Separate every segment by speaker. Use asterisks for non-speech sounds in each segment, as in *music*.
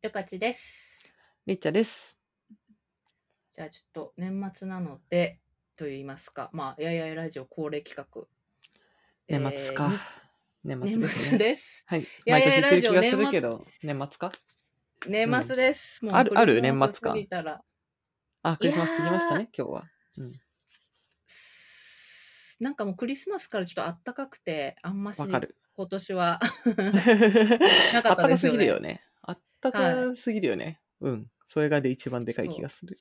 Speaker 1: ゆかちです。
Speaker 2: りっちゃです。
Speaker 1: じゃあちょっと年末なのでと言いますか、まあ、やいやいラジオ恒例企画。
Speaker 2: 年末か。年
Speaker 1: えー
Speaker 2: 末
Speaker 1: 年
Speaker 2: です
Speaker 1: 末
Speaker 2: ね。
Speaker 1: です。
Speaker 2: はい。
Speaker 1: やい
Speaker 2: 毎
Speaker 1: や
Speaker 2: 年行ってる気がす
Speaker 1: ラジオ
Speaker 2: るけど、年末か
Speaker 1: 年末です。もう
Speaker 2: あるある
Speaker 1: クリスマス
Speaker 2: 年末感
Speaker 1: 過ぎたら。
Speaker 2: あ、クリスマス過ぎました
Speaker 1: いや
Speaker 2: ね、今日は。
Speaker 1: すなんかもうクリスマスからちょっとあったかくて、あんまし
Speaker 2: わか
Speaker 1: 今
Speaker 2: る。
Speaker 1: 年は *laughs* なかった
Speaker 2: あっ
Speaker 1: た
Speaker 2: か
Speaker 1: です
Speaker 2: す
Speaker 1: よ
Speaker 2: ぎる
Speaker 1: ね
Speaker 2: よ。ね。あったかすぎるよね。うん。それがで一番でかい気がする。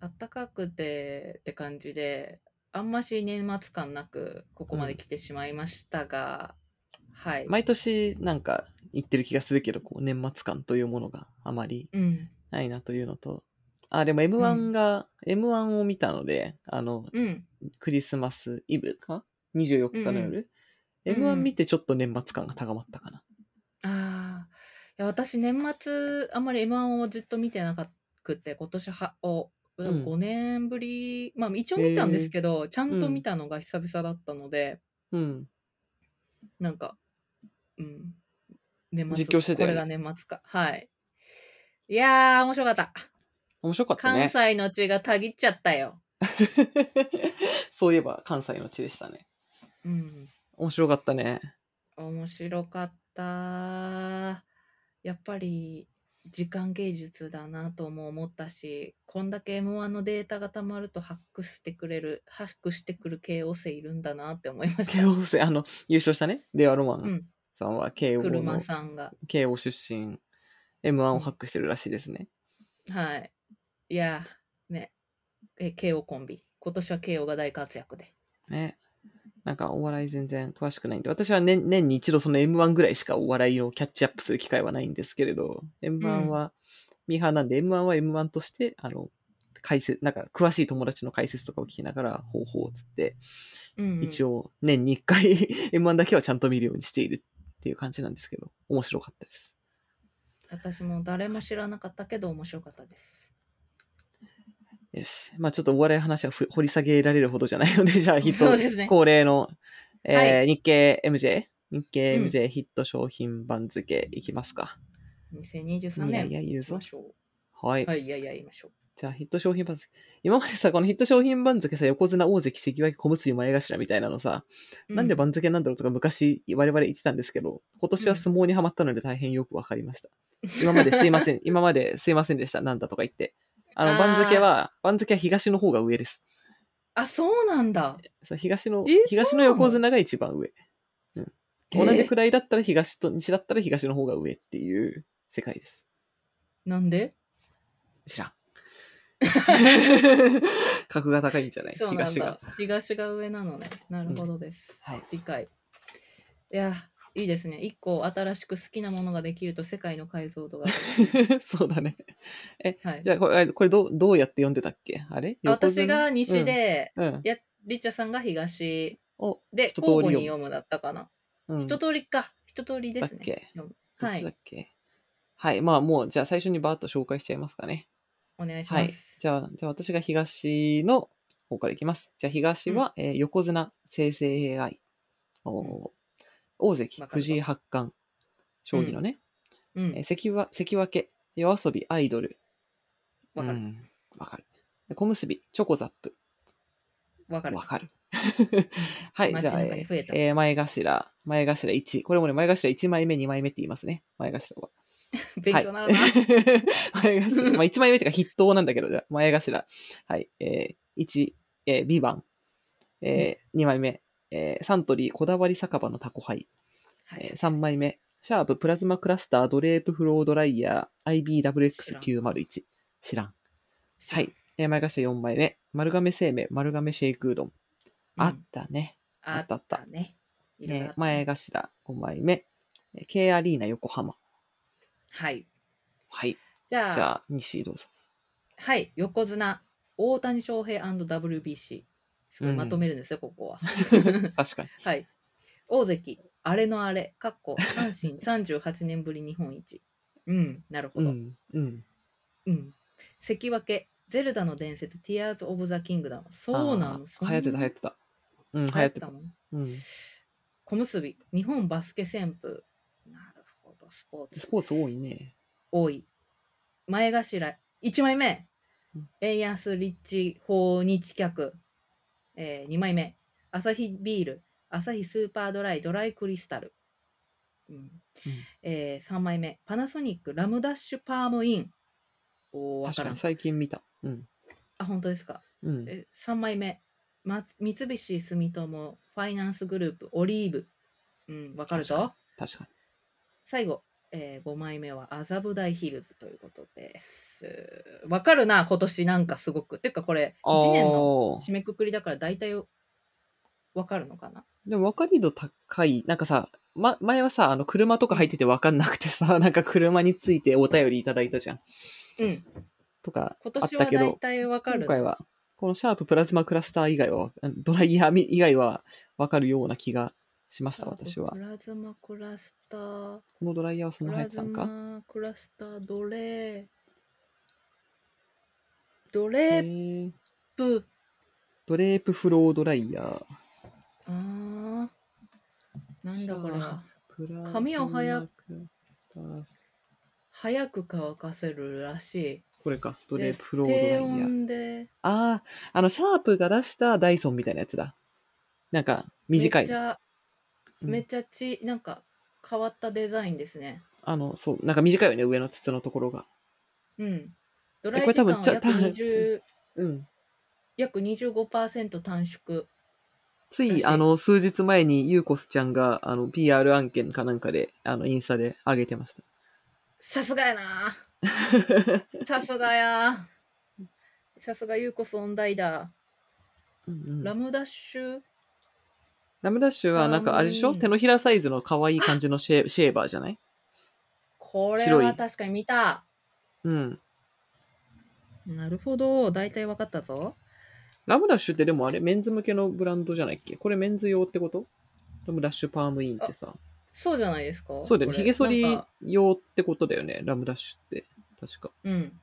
Speaker 1: あったかくてって感じで、あんまし年末感なくここまで来てしまいましたが、はい。
Speaker 2: 毎年なんか行ってる気がするけど、こう年末感というものがあまり
Speaker 1: うん。
Speaker 2: ないなというのと、あ、でも
Speaker 1: う
Speaker 2: M1 が、M1 を見たので、あの、
Speaker 1: うん。
Speaker 2: クリスマスイブか ?24 日の夜、
Speaker 1: うんうん
Speaker 2: ?M1 見てちょっと年末感が高まったかな。
Speaker 1: ああ、いや私年末あんまり M1 をずっと見てなくて今年はを多
Speaker 2: う
Speaker 1: 分
Speaker 2: ん
Speaker 1: 5年ぶり、まあ一応見たんですけど、ちゃんと
Speaker 2: うん
Speaker 1: 見たのが久々だったので、
Speaker 2: うん。
Speaker 1: なんかうん年末
Speaker 2: 実況してたよね
Speaker 1: これが年末かはいいやー面白かった
Speaker 2: 面白かった
Speaker 1: 関
Speaker 2: ね。
Speaker 1: 西の血がたぎっちゃったよ、
Speaker 2: *laughs* そういえば関西の地でしたね。
Speaker 1: うん
Speaker 2: 面白かったね。
Speaker 1: 面白かったやっぱり時間芸術だなとも思ったしこんだけ m 1のデータがたまるとハックしてくれるハックしてくる慶応生いるんだなって思いま
Speaker 2: *laughs*
Speaker 1: した
Speaker 2: 慶応生、あの、優勝したね、令和ロマ
Speaker 1: う
Speaker 2: ン
Speaker 1: ん
Speaker 2: さんは慶応
Speaker 1: 車
Speaker 2: の、
Speaker 1: さんが
Speaker 2: 慶応出身、M1 をハックしてるらしいですね。
Speaker 1: はいいやねえ慶応コンビ今年は慶応が大活躍で
Speaker 2: ね。なんかお笑い全然詳しくないんで、私は年年に一度その M1 ぐらいしかお笑いをキャッチアップする機会はないんですけれど、M1 はミーハーなんで、M1 は M1 として、あの、解説、なんか詳しい友達の解説とかを聞きながら、方法をつって、一
Speaker 1: 応
Speaker 2: 応年に1回 *laughs* M1 だけはちゃんと見るようにしているっていう感じなんですけど、面白かったです。
Speaker 1: 私も誰も知らなかったけど面白かったです
Speaker 2: よし。まあちょっとお笑い話はふ掘り下げられるほどじゃないので、じ *laughs* ゃあヒッ
Speaker 1: そう
Speaker 2: ト
Speaker 1: ですね
Speaker 2: 恒例の、えー
Speaker 1: は
Speaker 2: 日経 MJ? 日経
Speaker 1: うん
Speaker 2: MJ ヒット商品番付いきますか。
Speaker 1: 2023
Speaker 2: いや
Speaker 1: 年
Speaker 2: いや、言
Speaker 1: 行
Speaker 2: う
Speaker 1: き
Speaker 2: ぞ
Speaker 1: ま。しょ
Speaker 2: は
Speaker 1: う
Speaker 2: い。
Speaker 1: はいいやいや言いましょう
Speaker 2: じゃあヒット商品番付。今までさ、このヒット商品番付さ、横綱、大関、関脇、小結、前頭みたいなのさ、
Speaker 1: う
Speaker 2: なんで番付なんだろうとか昔我々言ってたんですけど、今年は相撲にはまったので大変よくわか
Speaker 1: *laughs*
Speaker 2: りました。今まですいません、今まですいませんでした、なんだとか言って。あ
Speaker 1: あー
Speaker 2: の、番付は、番付は東の方が上です。
Speaker 1: あそうなんだ
Speaker 2: そう東の
Speaker 1: え、
Speaker 2: 東
Speaker 1: そう
Speaker 2: の
Speaker 1: なの
Speaker 2: 横綱が一番上。
Speaker 1: え
Speaker 2: 同じくらいだったら東と、西だったら東の方が上っていう世界です。
Speaker 1: なんで
Speaker 2: 知
Speaker 1: *laughs*
Speaker 2: らん。格が高いんじゃない
Speaker 1: そうなん
Speaker 2: 東が
Speaker 1: だ。。東が上なのね。なるほどです。
Speaker 2: はい。
Speaker 1: 理解。いや、いいですね。一個新しく好きなものができると世界の解像度
Speaker 2: *laughs*
Speaker 1: が上が
Speaker 2: そうだね。
Speaker 1: る。はい
Speaker 2: じ。ゃあ、これ、これどう、どうやって読んでたっけあれ
Speaker 1: 私が西、で、
Speaker 2: 横綱うんうん
Speaker 1: いや、リッチャさんが東
Speaker 2: お、
Speaker 1: で、
Speaker 2: 一通り
Speaker 1: 交互に
Speaker 2: 読
Speaker 1: 読むだったかな。
Speaker 2: うん
Speaker 1: 一通りか。一通りです
Speaker 2: だっけ
Speaker 1: ね。読む
Speaker 2: どっ
Speaker 1: は
Speaker 2: ちだ
Speaker 1: い
Speaker 2: っ。けはい、まあもう、じゃあ最初にバーッと紹介しちゃいますかね。
Speaker 1: お願いし
Speaker 2: は
Speaker 1: ま
Speaker 2: い。
Speaker 1: す。
Speaker 2: じゃあ、じゃあ私が東の方からいきます。じゃあ東は、えー横綱、生成 AI。おー大関、
Speaker 1: わかるぞ
Speaker 2: 藤井八冠。将棋のね。
Speaker 1: う
Speaker 2: え
Speaker 1: ん
Speaker 2: ー。関わ関脇、夜遊び、アイドル。
Speaker 1: わか
Speaker 2: う
Speaker 1: る。
Speaker 2: んわかる。小結び、チョコザップ。
Speaker 1: わかる
Speaker 2: わ。かる。はい、じゃあ、
Speaker 1: 街中に
Speaker 2: え
Speaker 1: 増えた
Speaker 2: ーえー前頭、前頭1。これもね、前頭1枚目、2枚目って言いますね。前頭は。
Speaker 1: *laughs* 勉強にな
Speaker 2: は
Speaker 1: る
Speaker 2: い
Speaker 1: な。、
Speaker 2: *laughs* 前頭、まあ、1枚目っていうか筆頭なんだけど、じゃあ前頭。はい、えー、1、えー、B 番。えー、2枚目、えー、サントリー、こだわり酒場のタコハイ。
Speaker 1: はい
Speaker 2: えー、3枚目、シャープ、プラズマクラスター、ドレープフロードライヤー、IBWX901。知らん。はい。えー、前頭4枚目、丸亀製麺、丸亀シェイクうどん。あっ
Speaker 1: うん
Speaker 2: たね。
Speaker 1: あ
Speaker 2: あったあ
Speaker 1: っ
Speaker 2: った
Speaker 1: たね。いろいろあ
Speaker 2: え
Speaker 1: った
Speaker 2: 前頭5枚目、えー K アリーナ横浜。
Speaker 1: はい。
Speaker 2: はい。
Speaker 1: じ
Speaker 2: じゃあ、西どうぞ。
Speaker 1: はい、横綱、大谷翔平 &WBC。すごいまとめるんですよ、ここは。
Speaker 2: 確
Speaker 1: *laughs*
Speaker 2: かに。
Speaker 1: はい。大関、あれのあれ、かっこ、阪神38年ぶり日本一。うん、なるほ
Speaker 2: う
Speaker 1: ど。うん。
Speaker 2: ん。うん。
Speaker 1: 関脇、ゼルダの伝説、Tears of the Kingdom。そうなの、
Speaker 2: あー流行ってた、流行ってた。うん、流行ってた。
Speaker 1: もん。
Speaker 2: うん。
Speaker 1: 小結び、日本バスケ旋風。なるほど、スポーツ。
Speaker 2: スポーツ多いね。
Speaker 1: 多い前頭1枚目
Speaker 2: うん
Speaker 1: 円安立地訪日客、え2枚目アサヒビールアサヒスーパードライドライクリスタル、うんえ3枚目パナソニックラムダッシュパームインおーわ
Speaker 2: 確
Speaker 1: か
Speaker 2: から
Speaker 1: ん
Speaker 2: に最近見た。うん。
Speaker 1: あ本当ですか
Speaker 2: うん。
Speaker 1: え3枚目、ま、三菱住友ファイナンスグループオリーブうんわかる
Speaker 2: 確
Speaker 1: ぞ
Speaker 2: 確かに。
Speaker 1: 最後、え5枚目は麻布台ヒルズということですわかるな今年なんかすごくてかこれ
Speaker 2: あ
Speaker 1: 1年の
Speaker 2: ー
Speaker 1: 締めくくりだから大体わかるのかな
Speaker 2: でも分かり度高い。なんかさ、ま、前はさ、あの、車とか入ってて分かんなくてさ、 *laughs* なんか車についてお便りいただいたじゃん。
Speaker 1: うん
Speaker 2: とか、
Speaker 1: 今
Speaker 2: あっ
Speaker 1: 年
Speaker 2: た
Speaker 1: は
Speaker 2: け
Speaker 1: 大
Speaker 2: ど、
Speaker 1: 体わか
Speaker 2: 今
Speaker 1: る
Speaker 2: 回は、このシャーププラズマクラスター以外は、うんドライヤー以外は分かるような気がしました、私は
Speaker 1: プ。ラズマクラスター
Speaker 2: このドライヤーは
Speaker 1: プ
Speaker 2: そんな
Speaker 1: ラ
Speaker 2: 流行って
Speaker 1: ズ
Speaker 2: たんか
Speaker 1: マクラスターどれどれ
Speaker 2: へー
Speaker 1: プ
Speaker 2: ドレープフロードライヤー。
Speaker 1: あーなんだこれ
Speaker 2: シャー
Speaker 1: は
Speaker 2: プラズマ
Speaker 1: 髪を早
Speaker 2: クラス
Speaker 1: 早く乾かせるらしい
Speaker 2: これか、ド
Speaker 1: で
Speaker 2: レープフロードライヤ
Speaker 1: 低
Speaker 2: ー。
Speaker 1: 温で
Speaker 2: ああ、あの、シャープが出したダイソンみたいなやつだ。なんか、短
Speaker 1: めっ
Speaker 2: い
Speaker 1: ち。ゃ、
Speaker 2: うん
Speaker 1: めっちゃちなんか変わったデザインですね
Speaker 2: あの、そう、なんか短いよね、上の筒のところが。
Speaker 1: うんド
Speaker 2: え
Speaker 1: ライ
Speaker 2: これ
Speaker 1: 時
Speaker 2: 多
Speaker 1: 間
Speaker 2: 分
Speaker 1: は
Speaker 2: ちょ
Speaker 1: 約
Speaker 2: 多分
Speaker 1: 20
Speaker 2: うん。
Speaker 1: 約25%短縮
Speaker 2: つ
Speaker 1: らし
Speaker 2: い、
Speaker 1: い
Speaker 2: あの、数日前に、ゆうこすちゃんが、あの、PR 案件かなんかで、あの、インスタで上げてました。
Speaker 1: さすが
Speaker 2: *laughs*
Speaker 1: やなさすがやさすがゆうこそ音大だ、
Speaker 2: うんうん
Speaker 1: ラムダッシュ
Speaker 2: ラムダッシュは、なんかあれでし
Speaker 1: あ
Speaker 2: ょ
Speaker 1: ー
Speaker 2: 手のひらサイズの可愛い感じ
Speaker 1: *laughs*
Speaker 2: のシェーシェーバーじゃない
Speaker 1: これ
Speaker 2: 白
Speaker 1: はい確かに見た
Speaker 2: うん。
Speaker 1: なるほど大体わかったぞ
Speaker 2: ラムダッシュってでもあれ、メンズ向けのブランドじゃないっけこれメンズ用ってことラムダッシュパームインってさ。
Speaker 1: そうじゃないですか
Speaker 2: そうだよね。
Speaker 1: これ
Speaker 2: 髭剃
Speaker 1: な
Speaker 2: り
Speaker 1: んか
Speaker 2: 用ってことだよね。ラムダッシュって。確か。
Speaker 1: うん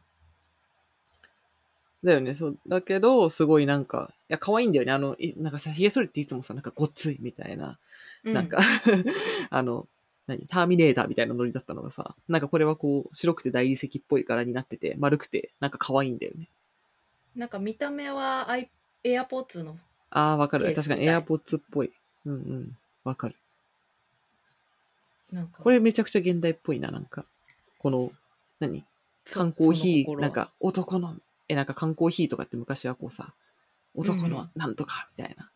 Speaker 2: だよね。そう。だけど、すごいなんか、いや、可愛いんだよね。あの、いなんかさ、髭剃りっていつもさ、なんかごっついみたいな、
Speaker 1: う
Speaker 2: なんか、 *laughs* あの、何ターミネーターみたいなノリだったのがさ、なんかこれはこう、白くて大理石っぽい柄になってて、丸くて、なんか可愛いんだよね。
Speaker 1: なんか見た目はアイエアポッツの
Speaker 2: ああ、わか
Speaker 1: ケ
Speaker 2: る。
Speaker 1: ース
Speaker 2: 確かに、
Speaker 1: み
Speaker 2: エ
Speaker 1: たい
Speaker 2: アポッツっぽい。うんうん。わかる。
Speaker 1: なんか
Speaker 2: これめちゃくちゃ現代っぽいな、なんか。この、何缶コーヒー、なん、か男の、え、なんか缶コーヒーとかって昔はこうさ、男
Speaker 1: うんう
Speaker 2: の
Speaker 1: ん
Speaker 2: なんとかみたいな、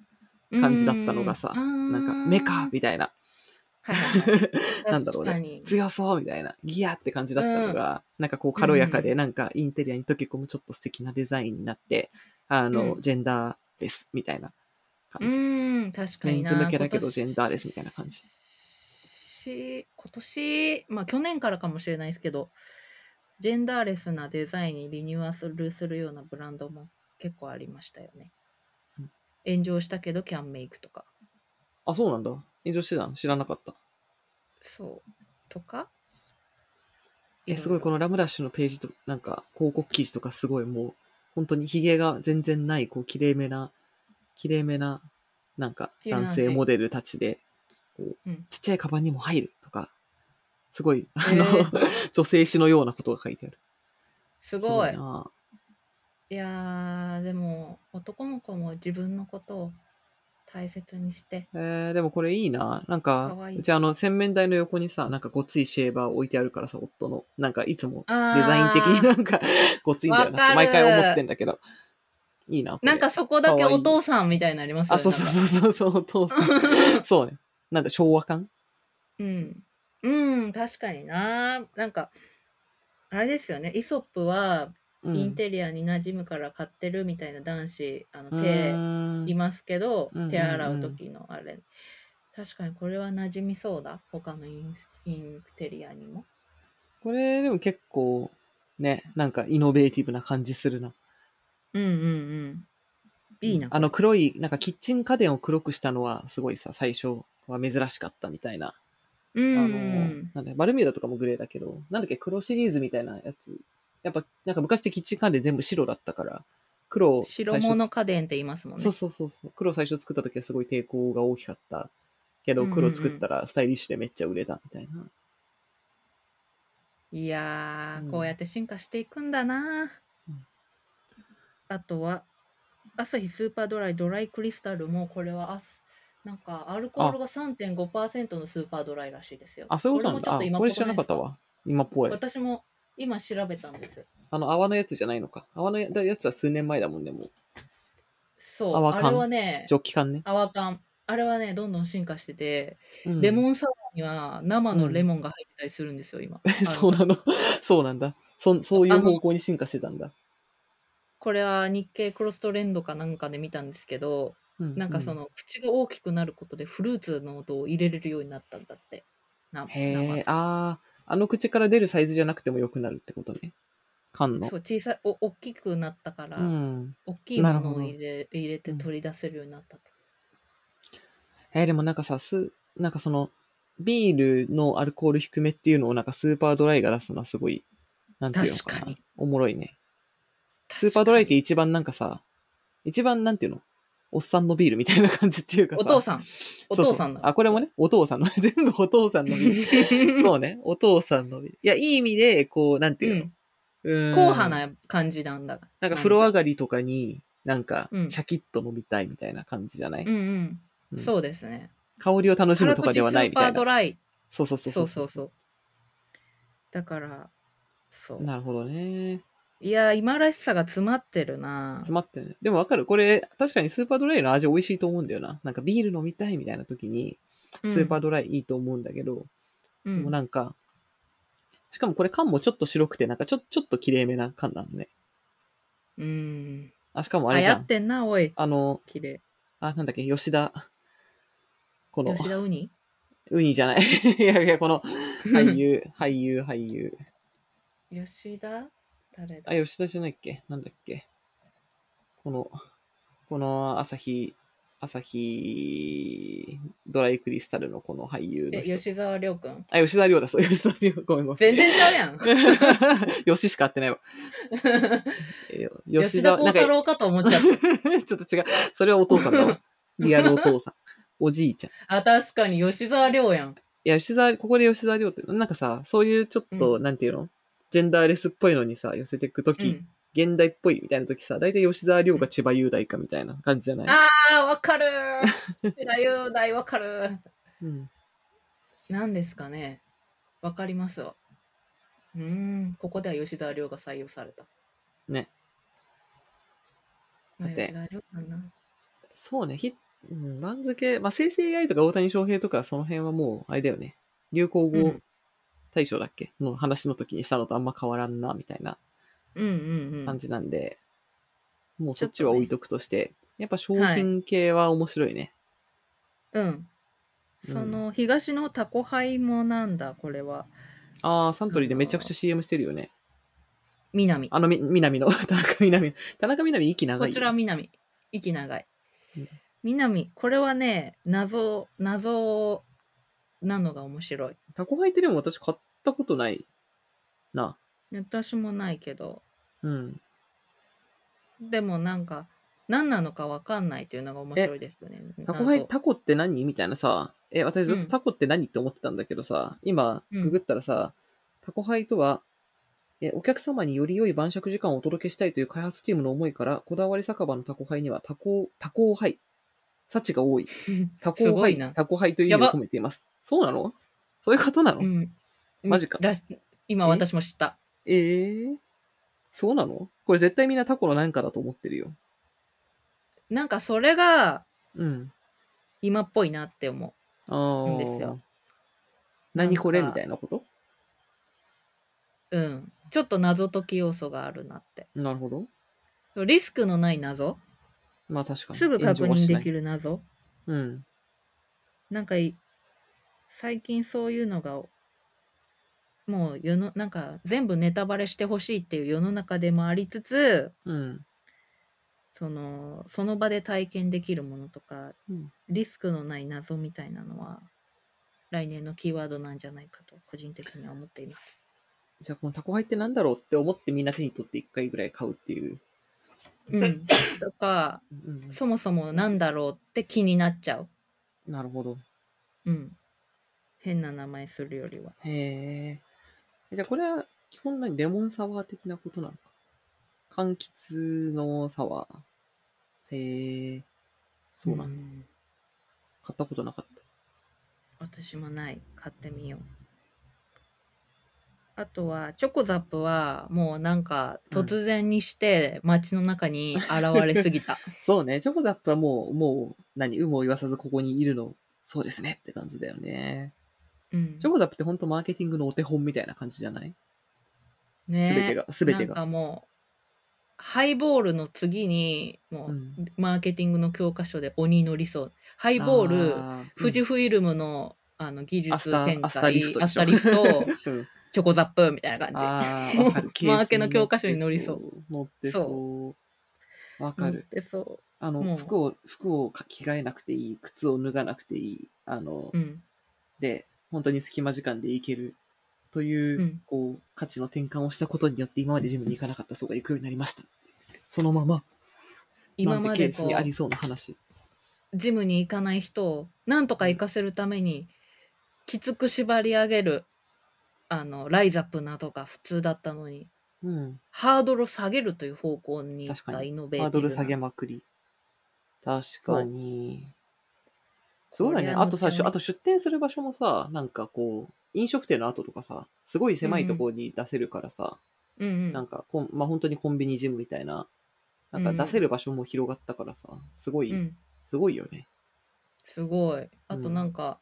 Speaker 1: その心は
Speaker 2: 感じだったのがさ
Speaker 1: うう
Speaker 2: なんか
Speaker 1: あー
Speaker 2: メカみたいな、
Speaker 1: はいはいはい、
Speaker 2: なんだろうね
Speaker 1: 確かに
Speaker 2: 強そうみたいな、ギアって感じだったのが、なんかこう軽やかで、なんかインテリアに溶け込むちょっと素敵なデザインになって、あの、
Speaker 1: うん
Speaker 2: ジェンダーレスみたいな
Speaker 1: う
Speaker 2: 感じ。
Speaker 1: ーん、確かにな。
Speaker 2: メンズ向けだけど
Speaker 1: 今年
Speaker 2: ジェンダーレスみたいな感じ
Speaker 1: し今年、まあ去年からかもしれないですけど、ジェンダーレスなデザインにリニューアルするようなブランドも結構ありましたよね
Speaker 2: うん。
Speaker 1: 炎上したけどキャンメイクとか。
Speaker 2: あ、そうなんだ。炎上してたの知らなかった。
Speaker 1: そう。とか
Speaker 2: え、すごい、このラムダッシュのページと、なんか、広告記事とかすごいもう、本当にヒゲが全然ない、こう、綺麗めな、綺麗めな、なんか、
Speaker 1: 綺麗な
Speaker 2: 男性モデルたちで、こう
Speaker 1: うん、
Speaker 2: ちっちゃいカバンにも入るとか、すごい、あ
Speaker 1: え
Speaker 2: の、 *laughs*
Speaker 1: ー
Speaker 2: 女性誌のようなことが書いてある。
Speaker 1: す
Speaker 2: す
Speaker 1: ごい。
Speaker 2: ない
Speaker 1: やー、でも男の子も自分のことを大切にして。
Speaker 2: えー、でもこれいいな。なんか
Speaker 1: かわいいう
Speaker 2: ちあの、洗面台の横にさ、なんかごついシェーバー置いてあるからさ、夫の。なんかいつも
Speaker 1: デ
Speaker 2: デザイン的になんかごついんだよなって毎回思ってんだけど。いいな。これ
Speaker 1: なんかそこだけ
Speaker 2: かわいい
Speaker 1: お父さんみたいになりますよ
Speaker 2: あ、
Speaker 1: ね。
Speaker 2: そうそうそうそうそう、お父さ
Speaker 1: *laughs*
Speaker 2: ん。そうね。なんだ、昭和感
Speaker 1: う。うん。うん、確かにな。なんか、あれですよね。イソップは
Speaker 2: うん
Speaker 1: インテリアに馴染むから買ってるみたいな男子、あ
Speaker 2: う
Speaker 1: の手
Speaker 2: ーん
Speaker 1: いますけど
Speaker 2: うんうんうん、
Speaker 1: 手洗う時のあれ。確かにこれは馴染みそうだ。他のインインテリアにも。
Speaker 2: これ、でも結構、ね、なんかイノベーティブな感じするな。
Speaker 1: うんうんうん。いいな。
Speaker 2: あの黒い、なんかキッチン家電を黒くしたのは、すごいさ、最初は珍しかったみたいな。
Speaker 1: う
Speaker 2: あ
Speaker 1: んう
Speaker 2: の
Speaker 1: ん、
Speaker 2: なんだバルミューダとかもグレーだけど、なんだっけ、黒シリーズみたいなやつ。やっぱ、なんか昔ってキッチン家電全部白だったから、黒を最初
Speaker 1: 白物家電って言いますもんね。
Speaker 2: そうそうそうそう。黒最初作った時はすごい抵抗が大きかったけ
Speaker 1: う
Speaker 2: ど、
Speaker 1: んうんうん
Speaker 2: 黒作ったらスタイリッシュでめっちゃ売れたみたいな。
Speaker 1: いやー、
Speaker 2: うん
Speaker 1: こうやって進化していくんだな、
Speaker 2: うん
Speaker 1: あとは、朝日スーパードライドライクリスタルも、これはあす、なんかアルコールが3.5%のスーパードライらしいですよ。
Speaker 2: あ、そういうことな
Speaker 1: れも
Speaker 2: ん
Speaker 1: ちょっと
Speaker 2: だ。あ、
Speaker 1: 今
Speaker 2: これ
Speaker 1: ぽ
Speaker 2: 知
Speaker 1: く
Speaker 2: ら
Speaker 1: い
Speaker 2: な
Speaker 1: で
Speaker 2: か
Speaker 1: す
Speaker 2: ったわ。今っぽい。
Speaker 1: 私も今調べたんです。
Speaker 2: あの、泡のやつじゃないのか。泡のややつは数年前だもんね、もう。
Speaker 1: そう、
Speaker 2: 泡
Speaker 1: あ
Speaker 2: 缶
Speaker 1: れはね、
Speaker 2: 蒸気缶ね。
Speaker 1: 泡缶。あれはね、どんどん進化してて、
Speaker 2: うん
Speaker 1: レ
Speaker 2: *laughs*
Speaker 1: モンサワーには生のレモンが入ってたりするんですよ、今。あの
Speaker 2: そうなの。 *laughs* そうなんだ。そそうい
Speaker 1: あ
Speaker 2: う
Speaker 1: の
Speaker 2: 方向に進化してたんだ。
Speaker 1: これは日経クロストレンドかなんかで見たんですけど、
Speaker 2: う
Speaker 1: なんかそ、の口が大きくなることでフルーツの音を入れれるようになったんだって。な
Speaker 2: へ
Speaker 1: 生
Speaker 2: え、ああ、あの口から出るサイズじゃなくても良くなるってことね。缶の。
Speaker 1: そう小さいお大きくなったから、
Speaker 2: うん。
Speaker 1: 大きいも
Speaker 2: なる
Speaker 1: の
Speaker 2: ほ
Speaker 1: を
Speaker 2: ど
Speaker 1: 入れ入れて
Speaker 2: うん
Speaker 1: 取り出せるようになったと。
Speaker 2: えーでもなんかさ、す、なんかその、ビールのアルコール低めっていうのをなんかスーパードライが出すのはすごい、なんていうのかな。
Speaker 1: 確かに
Speaker 2: おもろいね。スーパードライって一番なんかさ、一番なんていうのおっさんのビールみたいな感じっていうかさ。
Speaker 1: お父さん、お
Speaker 2: そうそう
Speaker 1: 父さんの。
Speaker 2: あ、これもね、お父さんの。 *laughs* 全部お父さんのビール。
Speaker 1: *laughs*
Speaker 2: そうね。お父さんのビール。いや、いい意味で、こう、なんていううの、
Speaker 1: ん、
Speaker 2: うーん
Speaker 1: 硬派な感じなんだ。
Speaker 2: なんか風呂上がりとかに、なんか
Speaker 1: う、ん
Speaker 2: シャキッと飲みたいみたいな感じじゃない、
Speaker 1: うんうん、
Speaker 2: うん
Speaker 1: そうですね。
Speaker 2: 香りを楽しむ
Speaker 1: 辛
Speaker 2: とか
Speaker 1: 口ス
Speaker 2: ではない
Speaker 1: ー
Speaker 2: み
Speaker 1: パ
Speaker 2: た
Speaker 1: ー
Speaker 2: い
Speaker 1: ド
Speaker 2: な。
Speaker 1: ライ。
Speaker 2: そうそうそう
Speaker 1: そうそうそう。だから、そう。
Speaker 2: なるほどね。
Speaker 1: いやー、今らしさが詰まってるな
Speaker 2: 詰まってね。でもわかる。これ、確かにスーパードライの味美味しいと思うんだよな。なんかビール飲みたいみたいな時に、スーパードライいいと思うんだけど、
Speaker 1: うん
Speaker 2: でもなんか、しかもこれ缶もちょっと白くて、なんかちょちょっと綺麗めな缶なのね。
Speaker 1: うん。
Speaker 2: あ、しかもあ
Speaker 1: 流
Speaker 2: れじ
Speaker 1: 行
Speaker 2: ゃ
Speaker 1: っ
Speaker 2: ん。
Speaker 1: てんな、おい。
Speaker 2: あの、
Speaker 1: 綺麗。
Speaker 2: あ、なんだっけ、吉田。この、
Speaker 1: 吉田ウニ
Speaker 2: ウニじゃない。 *laughs* いやいや、この、
Speaker 1: *laughs*
Speaker 2: 俳優、俳優、俳優。
Speaker 1: 吉田誰だ
Speaker 2: あ、吉田じゃないっけなんだっけこの、この朝日、朝日ドライクリスタルのこの俳優の
Speaker 1: え、
Speaker 2: 人。
Speaker 1: 吉沢亮君。
Speaker 2: あ、吉田亮だ、そう、吉田亮、ごめんごめん。
Speaker 1: 全然ちゃうや
Speaker 2: *laughs*
Speaker 1: ん。
Speaker 2: 吉しか合ってないわ。え
Speaker 1: 吉田幸
Speaker 2: なんか、
Speaker 1: 太郎かと思っちゃった。
Speaker 2: *laughs* ちょっと違う。それはお父さんだ
Speaker 1: *laughs*
Speaker 2: わ。リアルお父さん。おじいちゃん。
Speaker 1: あ、確かに吉沢亮やん。
Speaker 2: いや、吉沢、ここで吉沢亮って、なんかさ、そういうちょっと、なんていうのジェンダーレスっぽいのにさ、寄せていくとき、
Speaker 1: うん、
Speaker 2: 現代っぽいみたいなときさ、大体吉沢亮が千葉雄大かみたいな感じじゃない
Speaker 1: ああ、わかるー。だよ、だいわかる
Speaker 2: うん、
Speaker 1: ー。なんですかね。わかりますわ。うーん、ここでは吉沢亮が採用された。
Speaker 2: ね。
Speaker 1: まあ、
Speaker 2: だって
Speaker 1: 吉沢亮かな。
Speaker 2: そうね、ひ、うん、番付、まあ、生成 AI とか大谷翔平とか、その辺はもう、あれだよね。流行
Speaker 1: う
Speaker 2: 語
Speaker 1: ん
Speaker 2: 大賞だっけ、の話の時にしたのとあんま変わらんな、みたいな
Speaker 1: うんうんう
Speaker 2: 感
Speaker 1: ん。
Speaker 2: じなんで、もう
Speaker 1: ち
Speaker 2: そ
Speaker 1: ょっとね
Speaker 2: っちは置いとくとして、やっぱ商品系は面白いね。
Speaker 1: うん。
Speaker 2: うん
Speaker 1: その、東のタコハイもなんだ、これは。
Speaker 2: ああ、サントリーでめちゃくちゃ CM してるよね。
Speaker 1: 南。
Speaker 2: あの、み、南の、 *laughs* 田中南の。田中南息長い
Speaker 1: こ
Speaker 2: よね。
Speaker 1: ちら南。息長い
Speaker 2: うん。
Speaker 1: 南、これはね、謎、謎なのが面白い。
Speaker 2: タコハイってでも私買ったことないな。
Speaker 1: 私もないけど、
Speaker 2: うん。
Speaker 1: でもなんか、何なのかわかんないっていうのが面白いですよね。
Speaker 2: タコハイ、
Speaker 1: 謎
Speaker 2: タコって何みたいなさ、え、私ずっ
Speaker 1: うん
Speaker 2: とタコって何って思ってたんだけどさ、今、
Speaker 1: うん
Speaker 2: ググったらさ、タコハイとは、え、お客様により良い晩酌時間をお届けしたいという開発チームの思いから、こだわり酒場のタコハイにはタコ、タコハイ、幸が多い。タ
Speaker 1: す
Speaker 2: コ
Speaker 1: ご
Speaker 2: ハ
Speaker 1: い
Speaker 2: イ、
Speaker 1: な
Speaker 2: タコハイという意味を
Speaker 1: やば
Speaker 2: 込めています。そうなのそういうことなの、
Speaker 1: うん。
Speaker 2: マジから
Speaker 1: し今
Speaker 2: え
Speaker 1: 私も知った。
Speaker 2: えーそうなのこれ絶対みんなタコのなんかだと思ってるよ。
Speaker 1: なんかそれが
Speaker 2: うん。
Speaker 1: 今っぽいなって思う。
Speaker 2: ああ。
Speaker 1: んですよ
Speaker 2: 何これ
Speaker 1: なん
Speaker 2: み
Speaker 1: か
Speaker 2: たいなこと
Speaker 1: うん。ちょっと謎解き要素があるなって。
Speaker 2: なるほど。
Speaker 1: リスクのない謎
Speaker 2: まあ確かに。
Speaker 1: すぐ確
Speaker 2: 炎上は
Speaker 1: 認
Speaker 2: し
Speaker 1: で
Speaker 2: ない
Speaker 1: きる謎
Speaker 2: うん。
Speaker 1: なんかい最近そういうのがもう世のなんか全部ネタバレしてほしいっていう世の中でもありつつ
Speaker 2: うん。
Speaker 1: そのその場で体験できるものとか、
Speaker 2: うん
Speaker 1: リスクのない謎みたいなのは来年のキーワードなんじゃないかと個人的には思っています。
Speaker 2: じゃあこのタコハイってなんだろうって思ってみんな手に取って1回ぐらい買うっていう。
Speaker 1: うん、とか
Speaker 2: うん、
Speaker 1: そもそもなんだろうって気になっちゃう。
Speaker 2: なるほど。
Speaker 1: うん、変な名前するよりは。
Speaker 2: へえ。えじゃあこれは基本何レモンサワー的なことなのか。柑橘のサワー。へえ。そうなんだ。
Speaker 1: ん
Speaker 2: 買ったことなかっ
Speaker 1: 私もない買ってみようあとはチョコザップはもうなんか
Speaker 2: うん
Speaker 1: 突然にして街の中に現れすぎ
Speaker 2: *laughs*
Speaker 1: た、
Speaker 2: た。そうね。チョコザップはもう、もう、何、有無を言わさずここにいるの。そうですねって感じだよね。
Speaker 1: うん、
Speaker 2: チョコザップって本当マーケティングのお手本みたいな感じじゃない
Speaker 1: ね
Speaker 2: 全てが全てが
Speaker 1: なんかもうハイボールの次にもう、
Speaker 2: うん
Speaker 1: マーケティングの教科書で鬼の理想ハイボール
Speaker 2: あ
Speaker 1: 富士フイルムの,、あの技
Speaker 2: アス
Speaker 1: 術
Speaker 2: タ
Speaker 1: 展開
Speaker 2: アスタリフトで
Speaker 1: ア
Speaker 2: し
Speaker 1: ス
Speaker 2: ょ
Speaker 1: タリフト *laughs*
Speaker 2: *laughs* うん
Speaker 1: チョコザップみたいな感
Speaker 2: *laughs* あ
Speaker 1: じ。
Speaker 2: ーわかる
Speaker 1: マーケの教科書に載りそう
Speaker 2: う。載ってそう。わ
Speaker 1: じ
Speaker 2: かる。
Speaker 1: でそ
Speaker 2: あ
Speaker 1: も
Speaker 2: の、
Speaker 1: う
Speaker 2: 服を、服をか着替えなくていい。靴を脱がなくていい。あの、
Speaker 1: ううん
Speaker 2: で、本当に隙間時間で行ける。という、
Speaker 1: うん
Speaker 2: こう、価値の転換をしたことによって、今までジムに行かなかった人が行くようになりました。そのまま、
Speaker 1: 今
Speaker 2: なん
Speaker 1: ま
Speaker 2: てケ
Speaker 1: で
Speaker 2: ース
Speaker 1: こ
Speaker 2: にあり
Speaker 1: う
Speaker 2: そうな話。
Speaker 1: ジムに行かない人をなんとか行かせるためにきつく縛り上げるあのライザップなどが普通だったのに
Speaker 2: うん。
Speaker 1: ハードルを下げるという方向に行っ
Speaker 2: 確か
Speaker 1: た
Speaker 2: に
Speaker 1: イノベーティブな
Speaker 2: ハードル下げまくり。確かに。すごいね。
Speaker 1: これは
Speaker 2: あとさ、
Speaker 1: 後
Speaker 2: し
Speaker 1: 々
Speaker 2: あと出店する場所もさ、なんかこう、飲食店の後とかさ、すごい狭いところに出せるからさ、
Speaker 1: うんうん、
Speaker 2: なんかこん、まあ、本当にコンビニジムみたいな、なんか出せる場所も広がったからさ、すごい、
Speaker 1: うん、
Speaker 2: すごいよね。
Speaker 1: すごいあ
Speaker 2: う
Speaker 1: と
Speaker 2: ん
Speaker 1: なんか、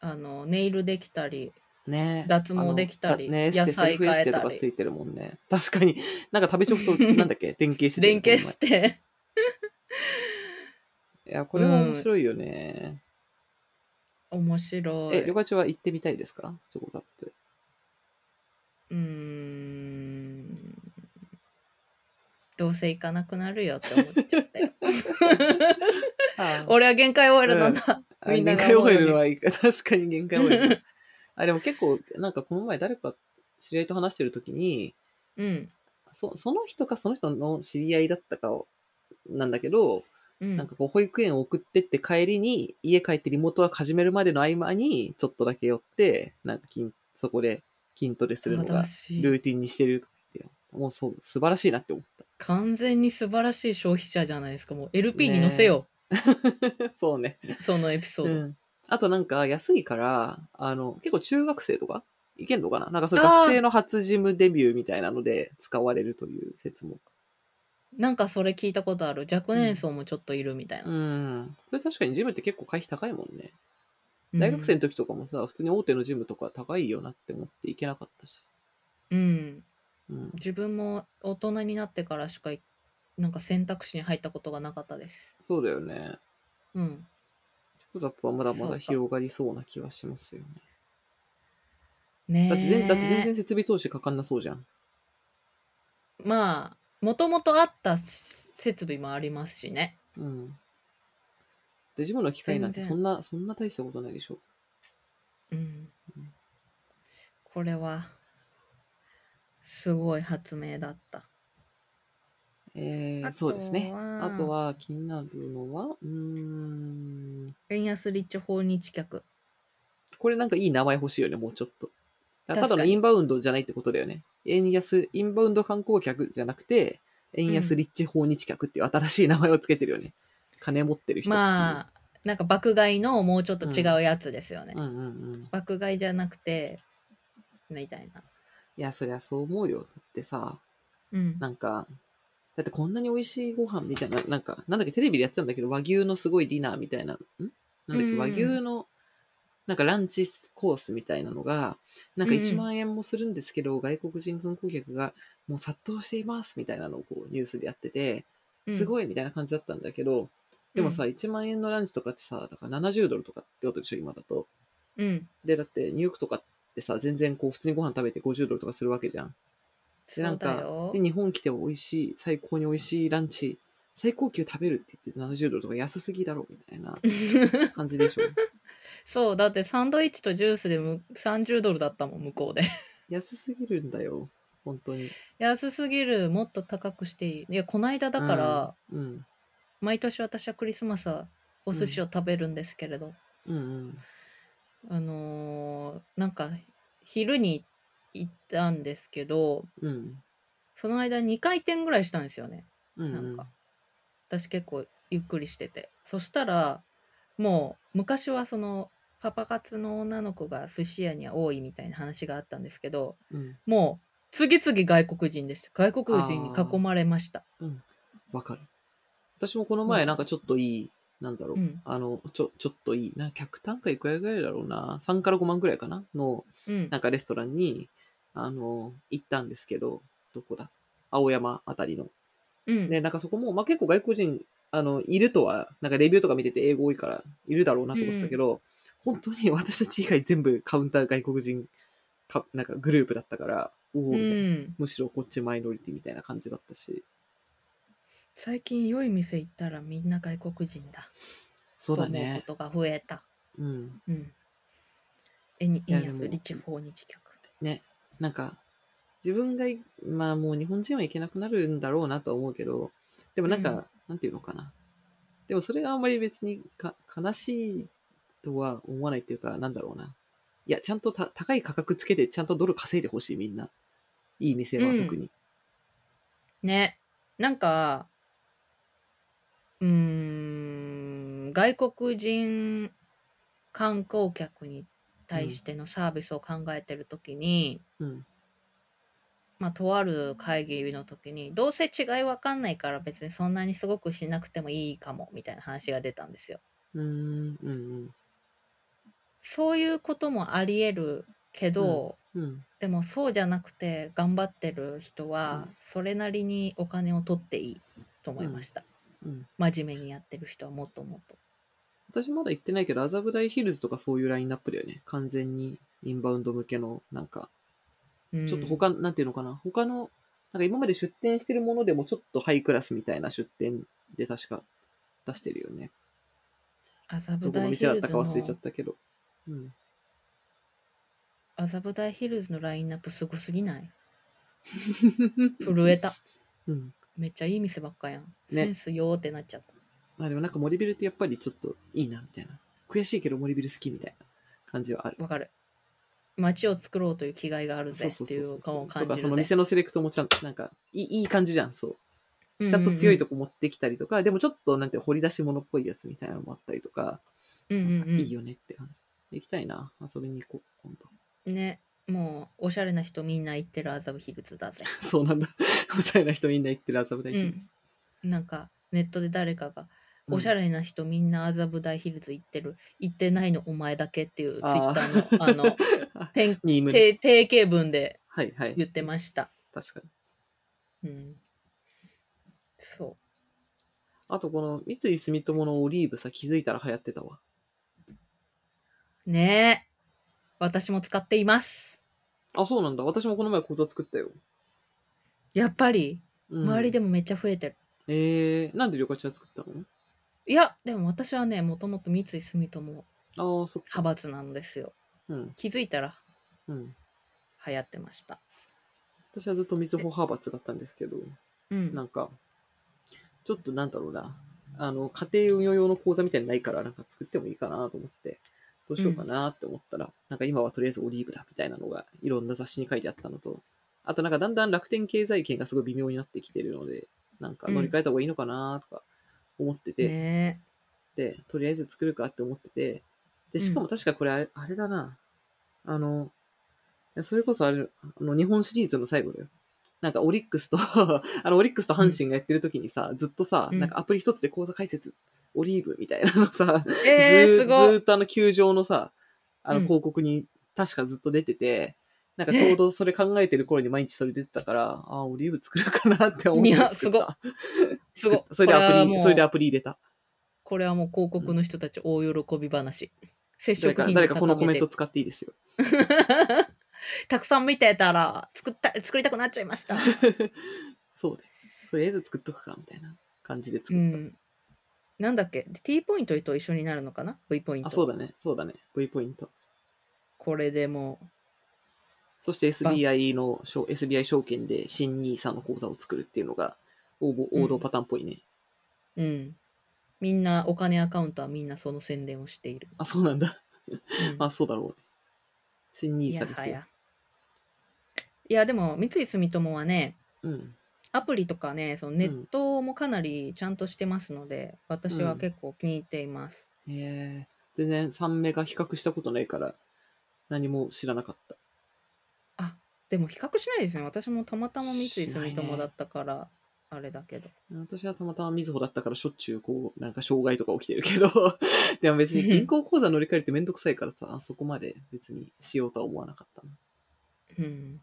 Speaker 1: あのネイルできたり
Speaker 2: ね
Speaker 1: 脱毛できたり
Speaker 2: あのだね、エス
Speaker 1: 野
Speaker 2: テ、セ
Speaker 1: 菜
Speaker 2: ルフエステと
Speaker 1: 変えた
Speaker 2: か
Speaker 1: り
Speaker 2: ついてるもんね。確かに、なんか食べチョ
Speaker 1: *laughs*
Speaker 2: クと、なんだっけ、連携してたよ
Speaker 1: 連携
Speaker 2: ね
Speaker 1: し。て
Speaker 2: お前いや、これは面白いよね。
Speaker 1: *laughs* 面白
Speaker 2: え、
Speaker 1: い
Speaker 2: 旅
Speaker 1: う
Speaker 2: 館長は行ってみたいですかチョコザップ。
Speaker 1: ーんどうせ行かなくなるよって思っちゃったよ
Speaker 2: *laughs*
Speaker 1: 俺は限界オイルなんだ、
Speaker 2: あ
Speaker 1: みんな
Speaker 2: 限
Speaker 1: が
Speaker 2: 界
Speaker 1: 思う
Speaker 2: オイ
Speaker 1: ように
Speaker 2: ルはいいか確かに限界オイ
Speaker 1: *laughs*
Speaker 2: ル。あ、でも結構、なんかこの前誰か知り合いと話してるときに、
Speaker 1: うん
Speaker 2: そその人かその人の知り合いだったかを、なんだけど、
Speaker 1: うん
Speaker 2: なんかこう保育園を送ってって帰りに、家帰ってリモートワーク始めるまでの合間に、ちょっとだけ寄って、なんか筋そこで筋トレするのが
Speaker 1: 正しい
Speaker 2: ルーティンにしてるとか言って、もうそう、素晴らしいなって思っ
Speaker 1: 完全に素晴らしい消費者じゃないですかもう LP に載せよ
Speaker 2: た。そう *laughs* ね。
Speaker 1: う、そのエピソード、
Speaker 2: うん、あとなんか安いからあの結構中学生とかいけんのかななんかそういう
Speaker 1: あー
Speaker 2: 学生の初ジムデビューみたいなので使われるという説も
Speaker 1: なんかそれ聞いたことある若年層もちょっといるみたいな、
Speaker 2: うんそれ確かにジムって結構会費高いもんね、
Speaker 1: うん
Speaker 2: 大学生の時とかもさ普通に大手のジムとか高いよなって思って行けなかったし、
Speaker 1: うん
Speaker 2: うん、
Speaker 1: 自分も大人になってからしかいなんか選択肢に入ったことがなかったです。
Speaker 2: そうだよね
Speaker 1: うん。
Speaker 2: チョコザップはまだま
Speaker 1: そうか
Speaker 2: だ広がりそうな気はしますよね
Speaker 1: ねえ
Speaker 2: だって全だって全然設備投資かかんなそうじゃん
Speaker 1: まあもともとあった設設備もありますしね。
Speaker 2: うんでジムの機械なんて
Speaker 1: 全
Speaker 2: そ
Speaker 1: 然
Speaker 2: んなそんな大したことないでしょ
Speaker 1: うん。これはすごい発明だった。
Speaker 2: えー
Speaker 1: あと
Speaker 2: そうですね。
Speaker 1: は
Speaker 2: あとは気になるのは、うーん、
Speaker 1: 円安立地訪日客。
Speaker 2: これなんかいい名前欲しいよね、もうちょっと。だか
Speaker 1: 確
Speaker 2: らただ
Speaker 1: か
Speaker 2: の
Speaker 1: に
Speaker 2: インバウンドじゃないってことだよね。円安、インバウンド観光客じゃなくて、円
Speaker 1: う
Speaker 2: 安
Speaker 1: ん
Speaker 2: 立地訪日客っていう新しい名前をつけてるよね。金持ってる人っていう。
Speaker 1: まあなんか爆買いのもうちょっと違うやつですよね。
Speaker 2: うんうんうん。
Speaker 1: 爆買いじゃなくてみたいな。
Speaker 2: いや、そりゃそう思うよ。だってさ、
Speaker 1: うん。
Speaker 2: なんか、だってこんなに美味しいご飯みたいな、なんか、なんだっけ、テレビでやってたんだけど、和牛のすごいディナーみたいな、んなんだっ
Speaker 1: う
Speaker 2: け、
Speaker 1: ん
Speaker 2: 和牛の、なんかランチコースみたいなのが、なんか
Speaker 1: うんうん
Speaker 2: 1万円もするんですけど、外国人観光客がもう殺到していますみたいなのをこうニュースでやってて、す
Speaker 1: い。
Speaker 2: ごいみたいな感じだったんだけど、でもさ、1万円のランチとかってさ、だから70ドルとかってことでしょ、今だと。
Speaker 1: うん。
Speaker 2: で、だってニューヨークとかってさ、全然こう普通にご飯食べて50ドルとかするわけじゃん。で
Speaker 1: そ
Speaker 2: な
Speaker 1: うんだ
Speaker 2: か
Speaker 1: よ
Speaker 2: で。日本来ても美味しい最高に美味しいランチ最高級食べるって言って70ドルとか安すぎだろみたい
Speaker 1: *laughs*
Speaker 2: な感じでしょ
Speaker 1: そうだってサンドイッチとジュースでむ30ドルだったもん向こうで *laughs*
Speaker 2: 安すぎるんだよ本当に
Speaker 1: 安すぎるもっと高くしていいいやこの間だから、、
Speaker 2: うんうん、
Speaker 1: 毎年私はクリスマスはお寿司を食べるんですけれど、
Speaker 2: うんうん
Speaker 1: あのーなんか昼に行ったんですけど、
Speaker 2: うん。
Speaker 1: その間2回転ぐらいしたんですよね。
Speaker 2: うん。
Speaker 1: なんか私結構ゆっくりしててそしたらもう昔はそのパパ活の女の子が寿司屋には多いみたいな話があったんですけど
Speaker 2: うん。
Speaker 1: もう次々外国人でした外国人に囲まれました
Speaker 2: わかる。私もこの前、なんかちょっといい、なんだろう、
Speaker 1: うん
Speaker 2: あの、ちょ、ちょっといい、な客単価いくらぐらいだろうな、3から5万ぐらいかなの、
Speaker 1: うん
Speaker 2: なんかレストランに、あの、行ったんですけど、どこだ青山あたりの。
Speaker 1: うん
Speaker 2: で、なんかそこも、まあ、結構外国人、あの、いるとは、なんかレビューとか見てて英語多いから、いるだろうなと思ってたけど、本当に *laughs* 私たち以外全部カウンター外国人か、なんかグループだったから、お
Speaker 1: う
Speaker 2: お、みたいな。
Speaker 1: ん
Speaker 2: むしろこっちマイノリティみたいな感じだったし。
Speaker 1: 最近良い店行ったらみんな外国人だ
Speaker 2: そうだ
Speaker 1: と思う
Speaker 2: ね
Speaker 1: こ。とが増えた
Speaker 2: うん。
Speaker 1: うんえにいい
Speaker 2: や
Speaker 1: や
Speaker 2: で
Speaker 1: つ
Speaker 2: も
Speaker 1: リッチ訪日客
Speaker 2: ね。なんか、自分がい、まあもう日本人はいけなくなるんだろうなとは思うけど、でもなんか、
Speaker 1: うん
Speaker 2: なんていうのかな。でもそれがあんまり別にか悲しいとは思わないっていうか、なんだろうな。いや、ちゃんとた高い価格つけて、ちゃんとドル稼いでほしい、みんな。いい店は
Speaker 1: うん
Speaker 2: 特に。
Speaker 1: ねなんかうーん外国人観光客に対してのサービスを考えてる時に、
Speaker 2: うん。
Speaker 1: まあとある会議の時にどうせ違いわかんないから別にそんなにすごくしなくてもいいかもみたいな話が出たんですよ。
Speaker 2: うーん、うん、
Speaker 1: そういうこともありえるけど、
Speaker 2: うん。うん。
Speaker 1: でもそうじゃなくて頑張ってる人は
Speaker 2: うん
Speaker 1: それなりにお金を取っていいと思いました。
Speaker 2: うん。
Speaker 1: 真面目にやってる人はもっともっと。
Speaker 2: 私まだ行ってないけど、麻布台ヒルズとかそういうラインナップだよね。完全にインバウンド向けの、なんか、
Speaker 1: うん
Speaker 2: ちょっと他、なんていうのかな、他の、なんか今まで出店してるものでもちょっとハイクラスみたいな出店で確か出してるよね。
Speaker 1: 麻布
Speaker 2: どこの
Speaker 1: 台ヒ
Speaker 2: 店だっ
Speaker 1: ル
Speaker 2: た
Speaker 1: ズ
Speaker 2: か忘れちゃっ
Speaker 1: の
Speaker 2: たけど。うん。
Speaker 1: 麻布台ヒルズのラインナップすごすぎない震えた
Speaker 2: *laughs* うん。
Speaker 1: めっちゃいい店ばっかやん、
Speaker 2: ね
Speaker 1: センスよーってなっちゃった
Speaker 2: まあでもなんか森ビルってやっぱりちょっといいなみたいな。悔しいけど森ビル好きみたいな感じはある。
Speaker 1: わかる街を作ろうという気概がある
Speaker 2: そ
Speaker 1: ぜ
Speaker 2: うそ
Speaker 1: っ
Speaker 2: う
Speaker 1: て
Speaker 2: そ
Speaker 1: いうう
Speaker 2: そ
Speaker 1: 感を
Speaker 2: う。と
Speaker 1: 感
Speaker 2: か
Speaker 1: じ
Speaker 2: そ
Speaker 1: る
Speaker 2: の
Speaker 1: ぜ
Speaker 2: 店のセレクトもちゃんとなんかいいいい感じじゃん、そう。
Speaker 1: ううう
Speaker 2: ちゃんと強いとこ持ってきたりとか、でもちょっとなんて掘り出し物っぽいやつみたいなのもあったりとか、
Speaker 1: うんうん
Speaker 2: なん
Speaker 1: う
Speaker 2: か
Speaker 1: ん
Speaker 2: いいよねって感じ。行きたいな、遊びに行こう、今度。
Speaker 1: ねもうおしゃれな人みんな行ってる麻布ヒルズだぜ
Speaker 2: *laughs* そうなんだ。おしゃれな人みんな行ってる麻布台ヒルズ。
Speaker 1: なんかネットで誰かがおしゃ
Speaker 2: れ
Speaker 1: れな人みんな麻布台ヒルズ行ってる行ってないのお前だけっていうツイ
Speaker 2: あ
Speaker 1: ッ
Speaker 2: ー
Speaker 1: ターのあ
Speaker 2: *laughs*
Speaker 1: の *laughs* てん
Speaker 2: ミームね。
Speaker 1: て定型文で
Speaker 2: はいはい。
Speaker 1: 言ってました
Speaker 2: 確かに。
Speaker 1: うんそ
Speaker 2: あとこの三井住友のオリーブさ、気づいたら流行ってたわ。
Speaker 1: う。ねえ。私も使っています。
Speaker 2: あ、そうなんだ。私もこの前講座作ったよ。
Speaker 1: やっぱり、
Speaker 2: うん
Speaker 1: 周りでもめっちゃ増えてる。
Speaker 2: えー、なんで旅館ちゃん作ったの
Speaker 1: いや、でも私はね、もともと三井住友派
Speaker 2: ああ、そっか。
Speaker 1: 閥なんですよ。
Speaker 2: うん。
Speaker 1: 気づいたら
Speaker 2: うん。
Speaker 1: 流行ってました。
Speaker 2: 私はずっと水穂派閥だったんですけど、
Speaker 1: うん。
Speaker 2: なんか、ちょっとなんだろうな。あの、家庭運用用の講座みたいにないから、なんか作ってもいいかなと思って、どうしようかなって思ったら、なんか今はとりあえずオリーブだみたいなのが、いろんな雑誌に書いてあったのと、あとなんかだんだん楽天経済圏がすごい微妙になってきてるので、なんか乗り換えた方がいいのかなとか思ってて、
Speaker 1: ね
Speaker 2: で、とりあえず作るかって思ってて、で、しかも確かこれあれ,、あれだな。あの、いやそれこそあれ、あの、日本シリーズの最後だよ。なんかオリックスと、 *laughs* あの、オリックスと阪神がやってる時にさ、ずっとさ、
Speaker 1: うん
Speaker 2: なんかアプリ一つで講座解説、オリーブみたいなのさ、
Speaker 1: *laughs* え。えー、
Speaker 2: ず
Speaker 1: すご
Speaker 2: ず
Speaker 1: い
Speaker 2: ー。っとあの球場のさ、あの
Speaker 1: うん
Speaker 2: 広告に確かずっと出てて、なんかちょうどそれ考えてる頃に毎日それ出てたから、ああー、オリーブ作るかなって思って
Speaker 1: いや
Speaker 2: 作った。
Speaker 1: すごい
Speaker 2: 作ったそれでア
Speaker 1: これは
Speaker 2: プ
Speaker 1: も
Speaker 2: リ、
Speaker 1: う
Speaker 2: それでアプリ入れた。
Speaker 1: これはもう広告の人たち大喜び話。接触
Speaker 2: 誰か
Speaker 1: 品
Speaker 2: 誰
Speaker 1: を
Speaker 2: かこのコ
Speaker 1: 高め
Speaker 2: メン
Speaker 1: て
Speaker 2: ト
Speaker 1: る。
Speaker 2: 使っていいですよ。
Speaker 1: *laughs* たくさん見てたら作った、作りたくなっちゃいました。
Speaker 2: そうで。とりあえず作っとくか、みたいな感じで作
Speaker 1: う
Speaker 2: った。
Speaker 1: ん。なんだっけ ?T ポイントと一緒になるのかな ?V ポイント。
Speaker 2: あ、そうだね。そうだね。V ポイント。
Speaker 1: これでもう
Speaker 2: そして SBI の、しょ SBI 証券で新 NISA の口座を作るっていうのが、応募王道パターンっぽいね。
Speaker 1: うん。みんな、お金アカウントはみんなその宣伝をしている。
Speaker 2: あ、そうなんだ。
Speaker 1: うん
Speaker 2: まあ、そうだろうね。新
Speaker 1: いや
Speaker 2: NISA です
Speaker 1: は
Speaker 2: よ
Speaker 1: や。いや、でも、三井住友はね、
Speaker 2: うん。
Speaker 1: アプリとかね、そのネットもかなりちゃんとしてますので、私は結構気に入っています。
Speaker 2: えー、全然3メガ比較したことないから、何も知らなかった。
Speaker 1: あ、でも比較しないですね。私もたまたま三井
Speaker 2: しない
Speaker 1: 住
Speaker 2: ね
Speaker 1: 友だったから、あれだけど。
Speaker 2: 私はたまたまみずほだったからしょっちゅうこう、なんか障害とか起きてるけど、 *laughs* でも別に銀行口座乗り換えるってめんどくさいからさ、あそこまで別にしようとは思わなかったな。
Speaker 1: うん。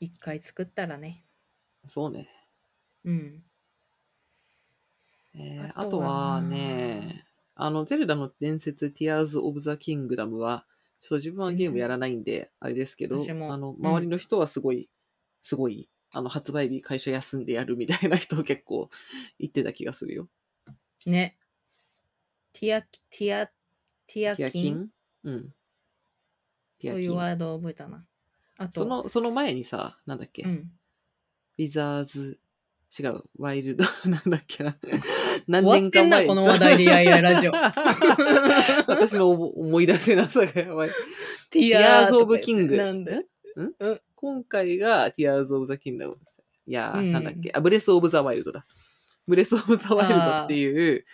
Speaker 1: 一回作ったらね。
Speaker 2: そうね。
Speaker 1: うん。
Speaker 2: えー
Speaker 1: あ
Speaker 2: あ
Speaker 1: と
Speaker 2: と
Speaker 1: は
Speaker 2: はね、あの、ゼルダの伝説、Tears of the Kingdom は、ちょっと自分はゲームやらないんで、あれですけど、
Speaker 1: 私も
Speaker 2: あの、
Speaker 1: うん
Speaker 2: 周りの人はすごい、すごい、あの、発売日会社休んでやるみたいな人結構言ってた気がするよ。
Speaker 1: ね。ティア、ティア、ティア
Speaker 2: ティア
Speaker 1: キ
Speaker 2: キ
Speaker 1: ン
Speaker 2: ンうん。ティ
Speaker 1: と
Speaker 2: ア
Speaker 1: い
Speaker 2: キ
Speaker 1: う
Speaker 2: ン
Speaker 1: ワ。ードを覚えたな。あと、
Speaker 2: その、その前にさ、なんだっけ、
Speaker 1: うん。
Speaker 2: ウィザーズ、違う、ワイルド、 *laughs* なんだっ
Speaker 1: *laughs*
Speaker 2: けな。何
Speaker 1: 終わってんな、この話題で、いやいや、ラジオ。
Speaker 2: *laughs* 私の思思い出せなさがやばい。
Speaker 1: テ
Speaker 2: ティアーズ・オブ・キング。
Speaker 1: なんで
Speaker 2: ん
Speaker 1: うん
Speaker 2: 今回がティアーズ・オブ・ザ・キングダム。いやー、
Speaker 1: うん
Speaker 2: なんだっけ。あ、ブレス・オブ・ザ・ワイルドだ。ブレス・オブ・ザ・ワイルドっていう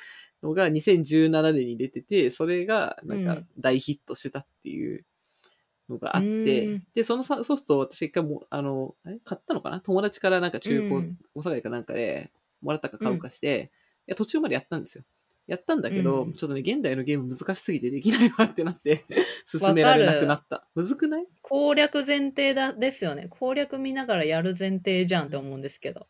Speaker 2: のが2017年に出てて、それがなん
Speaker 1: う
Speaker 2: か
Speaker 1: ん
Speaker 2: 大ヒットしてたっていうのがあって、
Speaker 1: うん
Speaker 2: で、そのさソフトを私一回も、あの、あれ買ったのかな友達からなんか中古、
Speaker 1: うん
Speaker 2: お下がりかなんかでもらったか買うかして、いや途中までやったんですよ。やったんだけど、
Speaker 1: うん
Speaker 2: ちょっとね、現代のゲーム難しすぎてできないわってなって、 *laughs* 進められなくなった。むずくない
Speaker 1: 攻略前提だですよね。攻略見ながらやる前提じゃんって思うんですけど。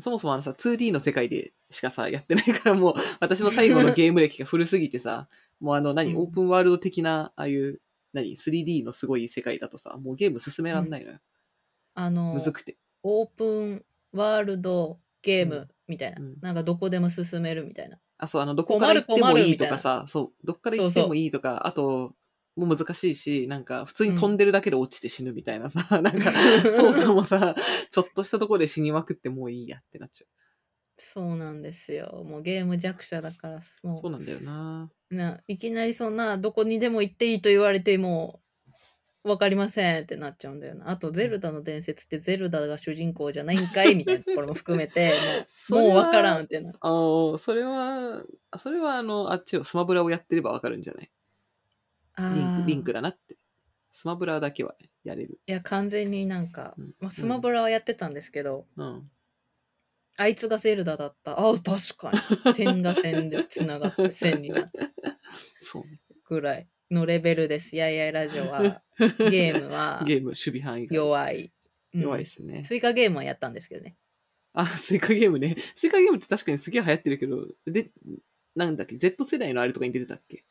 Speaker 2: そもそもあのさ、2D の世界でしかさ、やってないからもう、 *laughs* 私の最後のゲーム歴が古すぎてさ、もうあの、何、
Speaker 1: うん
Speaker 2: オープンワールド的な、ああいう、何、3D のすごい世界だとさ、もうゲーム進めらんないのよ。
Speaker 1: あの
Speaker 2: む、ずくて。
Speaker 1: オープンワールドゲームみたいな。
Speaker 2: うん
Speaker 1: なんかどこでも進めるみ
Speaker 2: *laughs*
Speaker 1: たいな。
Speaker 2: あ、そう、あの、どこから行って
Speaker 1: 困る
Speaker 2: も
Speaker 1: 困る
Speaker 2: い
Speaker 1: み
Speaker 2: い
Speaker 1: た
Speaker 2: と
Speaker 1: いな
Speaker 2: かさ、そう、どっから行ってもいいとか、あと、もう難しいし、なんか、普通に飛んでるだけで落ちて死ぬみたいなさ、 *laughs* なんか、操作もさ、ちょっとしたところで死にまくってもういいやってなっちゃ
Speaker 1: *laughs* そうなんですよ。もうゲーム弱者だから、
Speaker 2: う。
Speaker 1: も
Speaker 2: そうなんだよな
Speaker 1: うないきなりそんなどこにでも行っていいと言われても分かりませんってなっちゃうんだよな。あと、ゼルダの伝説ってゼルダが主人公じゃないんかいみたいなところも含めて、
Speaker 2: *laughs* そ
Speaker 1: もう
Speaker 2: れ
Speaker 1: もう
Speaker 2: は
Speaker 1: 分からんってな。
Speaker 2: あの、それは、あそれはあの、あっちをスマブラをやってればわかるんじゃないリン
Speaker 1: あー
Speaker 2: クリンクだなって。スマブラだけはやれる。
Speaker 1: いや、完全になんか、
Speaker 2: うん
Speaker 1: まあ、スマブラはやってたんですけど、
Speaker 2: うん。
Speaker 1: あいつがゼルダだった。ああ、確かに。点が点でつながって線になる
Speaker 2: そうね。
Speaker 1: ぐらいのレベルです。やいやいラジオ
Speaker 2: *laughs*
Speaker 1: は、ゲームは
Speaker 2: ゲーム、守備範囲が
Speaker 1: 弱い。うん
Speaker 2: 弱いですね。
Speaker 1: 追加ゲームはやったんですけどね。
Speaker 2: あ、 *laughs* スイカゲームね。スイカゲームって確かにすげえ流行ってるけど、で、なんだっけ、Z 世代のあれとかに出てたっけ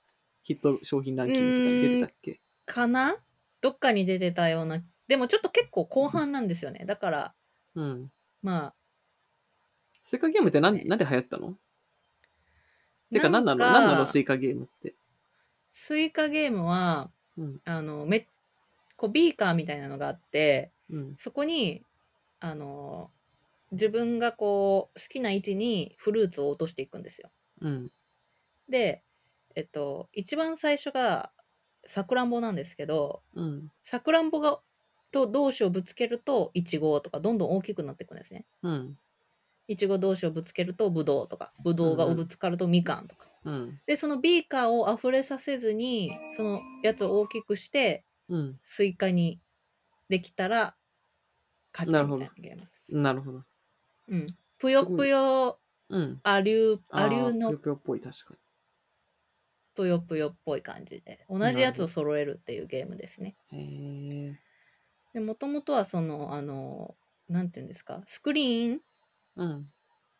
Speaker 2: ヒット商品ランキングとかに出てたっけ
Speaker 1: かなどっかに出てたような。でもちょっと結構後半なんですよね。だから、
Speaker 2: うん。
Speaker 1: まあ。
Speaker 2: スイカゲームってなん,、
Speaker 1: そうね
Speaker 2: なんで流行ったのてか何なの何なのスイカゲームって。
Speaker 1: スイカゲームは、
Speaker 2: うん。
Speaker 1: あの、めこうビーカーみたいなのがあって、
Speaker 2: うん。
Speaker 1: そこにあの自分がこう好きな位置にフルーツを落としていくんですよ。
Speaker 2: うん。
Speaker 1: で、えっと、一番最初がさくらんぼなんですけど
Speaker 2: うん。
Speaker 1: さくらんぼがと同士をぶつけるといちごとかどんどん大きくなっていくんですね。
Speaker 2: うん。
Speaker 1: いちご同士をぶつけるとぶどうとかぶどうが
Speaker 2: うんうん
Speaker 1: ぶつかるとみかんとか。
Speaker 2: うん。
Speaker 1: でそのビーカーを溢れさせずにそのやつを大きくして
Speaker 2: うん。
Speaker 1: スイカにできたら勝ちみたいなゲーム。
Speaker 2: なるほど。
Speaker 1: うん。ぷよ
Speaker 2: すごい
Speaker 1: ぷよ、
Speaker 2: うん。
Speaker 1: アリュー、アリュー
Speaker 2: あーぷ
Speaker 1: の
Speaker 2: よぷよっぽい、確か
Speaker 1: ぷよぷよっぽい感じで、同じやつを揃えるっていうゲームですね。
Speaker 2: に。へえ。
Speaker 1: で、もともとはその、あの、なんていうんですか、スクリーン、
Speaker 2: うん。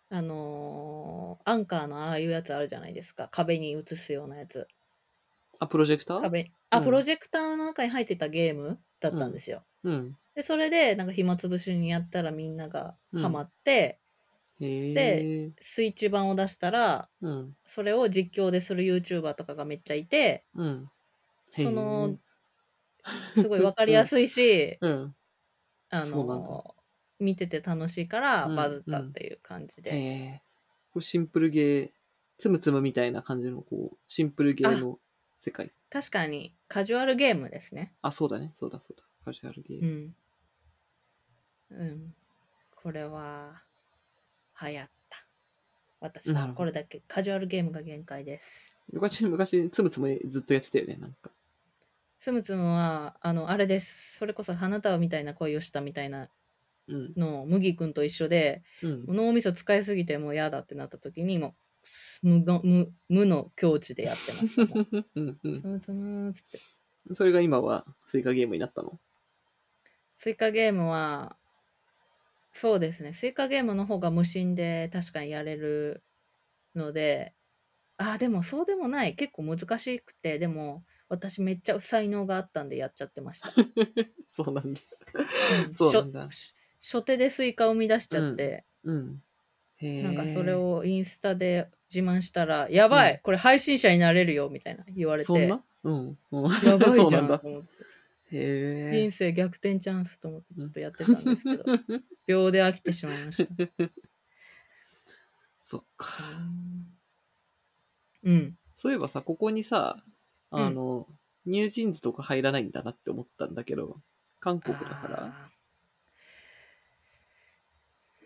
Speaker 1: あのーアンカーのああいうやつあるじゃないですか。壁に映すようなやつ。
Speaker 2: あ、プロジェクター
Speaker 1: 壁、あ、
Speaker 2: うん
Speaker 1: プロジェクターの中に入ってたゲームだったんですよ。
Speaker 2: うん。
Speaker 1: で、それで、なんか暇つぶしにやったらみんながハマって、
Speaker 2: へえ。
Speaker 1: スイッチ版を出したら、
Speaker 2: うん。
Speaker 1: それを実況でする YouTuber とかがめっちゃいて、
Speaker 2: うん。へー
Speaker 1: その、すごい分かりやすいし、
Speaker 2: うん。
Speaker 1: あ
Speaker 2: *laughs* そうなんだ
Speaker 1: の、見てて楽しいから
Speaker 2: うん
Speaker 1: バズったっていう感じ
Speaker 2: へ
Speaker 1: で。
Speaker 2: え。こうシンプルゲー、つむつむみたいな感じの、こう、シンプルゲーの世界。
Speaker 1: 確かに、カジュアルゲームですね。
Speaker 2: あ、そうだね。そうだそうだ。カジュアルゲー。
Speaker 1: うん。うん。これは、流行った。私
Speaker 2: なる
Speaker 1: は
Speaker 2: ほど
Speaker 1: これだけカジュアルゲームが限界です。
Speaker 2: 昔、昔、つむつむずっとやってたよね、なんか。
Speaker 1: つむつむは、あの、あれです。それこそ花束みたいな恋をしたみたいな
Speaker 2: うん。
Speaker 1: のを麦君と一緒で、
Speaker 2: うん。
Speaker 1: 脳みそ使いすぎてもう嫌だってなった時に、もう、無の無無の境地でやって
Speaker 2: *laughs*
Speaker 1: ます。もう
Speaker 2: *laughs* うんう
Speaker 1: つむつむーっつって。
Speaker 2: ん。それが今はスイカゲームになったの。
Speaker 1: スイカゲームは、そうですね。スイカゲームの方が無心で確かにやれるので、ああ、でもそうでもない。結構難しくて、でも私めっちゃ才能があったんでやっちゃってました。
Speaker 2: そうなんだ。
Speaker 1: ん
Speaker 2: *laughs* そうなんだ。
Speaker 1: 初初手でスイカを生み出しちゃって、
Speaker 2: うん。へえ。
Speaker 1: なんかそれをインスタで自慢したら、やばい、
Speaker 2: うん
Speaker 1: これ配信者になれるよみたいな言われて、
Speaker 2: そんなうん。うん、
Speaker 1: やばい
Speaker 2: そう
Speaker 1: じ
Speaker 2: な
Speaker 1: ゃ
Speaker 2: ん
Speaker 1: ん
Speaker 2: だ
Speaker 1: と。思って、
Speaker 2: へえ
Speaker 1: 人。生逆転チャンスと思ってちょっとやってたんですけ
Speaker 2: *laughs*
Speaker 1: ど、秒で飽きてしまいました。
Speaker 2: そっか。
Speaker 1: うん。
Speaker 2: そういえばさ、ここにさ、あの、ニュージーンズとか入らないんだなって思ったんだけど、韓国だから。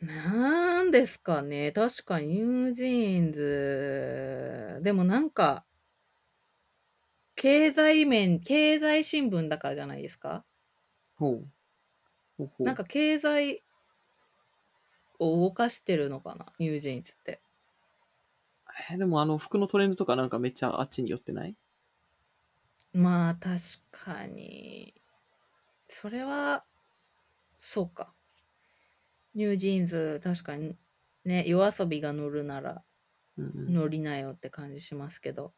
Speaker 1: あーなんですかね。確かニュージーンズ。でもなんか、経済面、経済新聞だからじゃないですか。
Speaker 2: ほう。ほうほう。
Speaker 1: なんか経済を動かしてるのかな、ニュージーンズって。
Speaker 2: えーでもあの、服のトレンドとかなんかめっちゃあっちに寄ってない
Speaker 1: まあ確かに。それは、そうか。ニュージーンズ、確かにね、夜遊びが乗るなら
Speaker 2: うんうん
Speaker 1: 乗りなよって感じしますけど。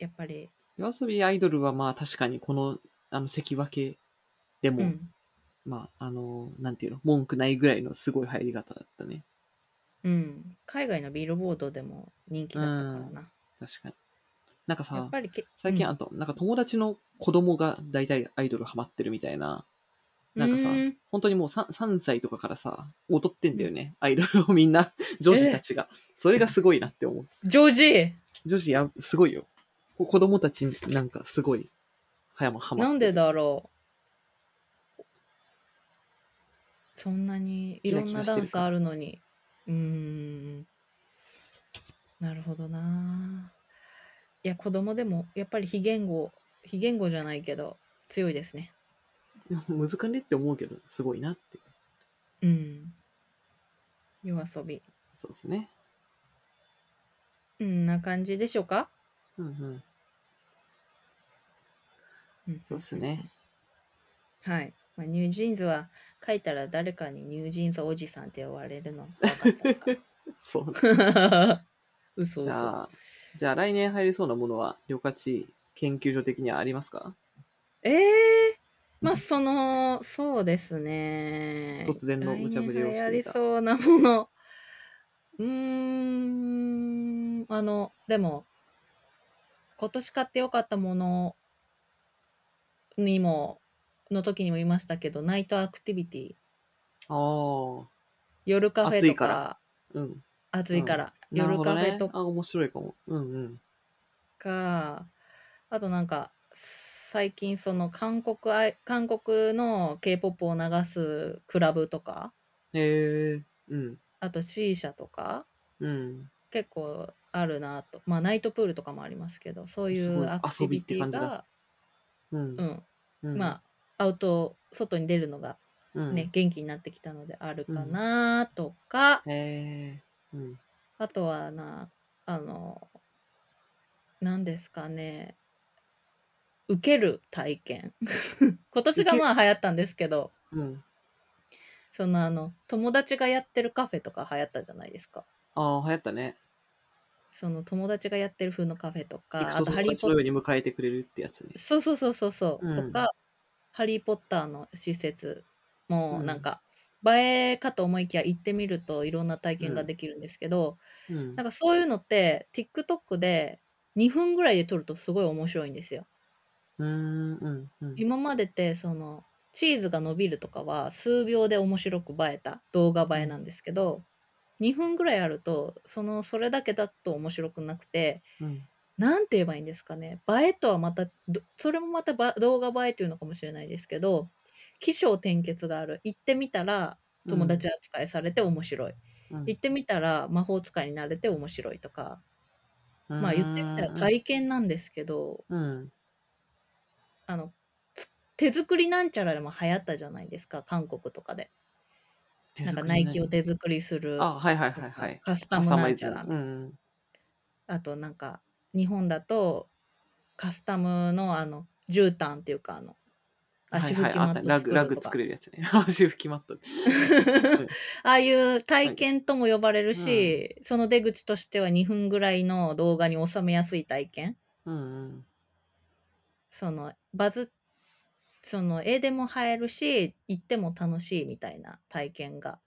Speaker 1: やっぱり、
Speaker 2: 夜遊びアイドルはまあ確かにこの、あの、関脇でも、
Speaker 1: うん。
Speaker 2: まあ、あの、なんていうの、文句ないぐらいのすごい入り方だったね。
Speaker 1: うん。海外のビルボードでも人気だったからな。
Speaker 2: 確かに。なんか
Speaker 1: や
Speaker 2: さ
Speaker 1: っ、ぱりけ、
Speaker 2: 最近
Speaker 1: うん
Speaker 2: あと、なんか友達の子供が大体アイドルハマってるみたいな、なんかさ
Speaker 1: うーん
Speaker 2: 本当にもう 3, 3歳とかからさ、踊ってんだよね、アイドルをみんな、女子たちが。それがすごいなって思う。
Speaker 1: ジョージー
Speaker 2: 女子や、すごいよ。こ子供たちなんかすごい、はやまはま。
Speaker 1: なんでだろうそんなにいろん
Speaker 2: キラ
Speaker 1: な
Speaker 2: キラ
Speaker 1: ダ
Speaker 2: して
Speaker 1: ン
Speaker 2: る
Speaker 1: ス
Speaker 2: から
Speaker 1: あるのにうーんなるほどないや子供でもやっぱり非言語非言語じゃないけど強いですね
Speaker 2: 難しいって思うけど、すごいなって。
Speaker 1: うん夜遊び
Speaker 2: そうですね。
Speaker 1: うんな感じでしょうか
Speaker 2: うんうん。
Speaker 1: うん
Speaker 2: そうっすね。
Speaker 1: はい、まあ、ニュージーンズは書いたら誰かにニュージーンズおじさんって呼ばれるの怖かったのか
Speaker 2: そう。 *laughs*
Speaker 1: 嘘
Speaker 2: じ
Speaker 1: 嘘
Speaker 2: ゃあ、じゃあ来年入りそうなものは、旅客地研究所的にはありますか
Speaker 1: ええまあそのそうですね
Speaker 2: 突然の無茶ぶりをしてみた
Speaker 1: 来年流行りそうなものうーんあのでも今年買ってよかったものにもの時にも言いましたけどナイトアクティビティ
Speaker 2: ああ。
Speaker 1: 夜カフェ
Speaker 2: 暑い
Speaker 1: と
Speaker 2: か
Speaker 1: か
Speaker 2: うん。
Speaker 1: 暑いから
Speaker 2: なる
Speaker 1: 夜
Speaker 2: ほど
Speaker 1: カフ
Speaker 2: ね
Speaker 1: ェと。
Speaker 2: あ、面白いかも。うんうん。
Speaker 1: かあとなんか最近その韓国アイ韓国の k p o p を流すクラブとか
Speaker 2: へえ。うん。
Speaker 1: あと C 社とか
Speaker 2: うん。
Speaker 1: 結構あるなとまあナイトプールとかもありますけどそうい
Speaker 2: すごいう
Speaker 1: アクティビテ
Speaker 2: 遊び
Speaker 1: ィ
Speaker 2: って感じ
Speaker 1: が
Speaker 2: だ、うん
Speaker 1: う。ん
Speaker 2: うん
Speaker 1: まあアウト外に出るのが
Speaker 2: うん
Speaker 1: ね、。元気になってきたのであるかなとか、
Speaker 2: へえ。うん。
Speaker 1: あとはなあの何ですかね受ける体験 *laughs* 今年がまあ流行ったんですけど
Speaker 2: うん。
Speaker 1: そのあの友達がやってるカフェとか流行ったじゃないですか
Speaker 2: ああ、流行ったね。
Speaker 1: その友達がやってる風のカフェとか
Speaker 2: 行く
Speaker 1: あ
Speaker 2: と
Speaker 1: とハリ
Speaker 2: 友
Speaker 1: ー
Speaker 2: 達
Speaker 1: ポ
Speaker 2: の
Speaker 1: ッ
Speaker 2: ように迎えてくれるってやつね。
Speaker 1: そうそうそうそうそう、
Speaker 2: うん
Speaker 1: とかハリー・ポッターの施設も
Speaker 2: うん
Speaker 1: なんか、映えかと思いきや行ってみるといろんな体験ができるんですけど、
Speaker 2: うん
Speaker 1: なん。かそういうのって TikTok で2分ぐらいで撮るとすごい面白いんですよ。
Speaker 2: うーん。うん。うん
Speaker 1: 今までってそのチーズが伸びるとかは数秒で面白く映えた動画映えなんですけど、2分ぐらいあるとそのそれだけだと面白くなくて
Speaker 2: うん。
Speaker 1: 何て言えばいいんですかね映えとはまたどそれもまたば動画映えというのかもしれないですけど起承転結がある行ってみたら友達扱いされて面白い、
Speaker 2: うん
Speaker 1: 行ってみたら魔法使いになれて面白いとか、まあ言ってみたら
Speaker 2: 変。
Speaker 1: 体験なんですけど
Speaker 2: うん。
Speaker 1: あのつ手作りなんちゃらでも流行ったじゃないですか韓国とかでなんかナイキを手作りする
Speaker 2: あ、はいはいはいはい。
Speaker 1: カスタ
Speaker 2: カ
Speaker 1: ム
Speaker 2: スタ
Speaker 1: な
Speaker 2: マ
Speaker 1: ん
Speaker 2: イ
Speaker 1: ち
Speaker 2: ズ。
Speaker 1: ゃ
Speaker 2: う
Speaker 1: ら
Speaker 2: ん。
Speaker 1: あとなんか日本だとカスタムのあの絨毯っていうかあの足拭きマ
Speaker 2: あった
Speaker 1: ット
Speaker 2: ラグ、
Speaker 1: 作
Speaker 2: ラ
Speaker 1: る
Speaker 2: グ
Speaker 1: とか
Speaker 2: 作れるやつね。 *laughs* 足拭きマ
Speaker 1: *laughs*
Speaker 2: ット。
Speaker 1: ああいう体験とも呼ばれるし、その出口としては2分ぐらいの動画に収めやすい体験
Speaker 2: うんうん。
Speaker 1: そのバズその絵でも映えるし行っても楽しいみたいな体験が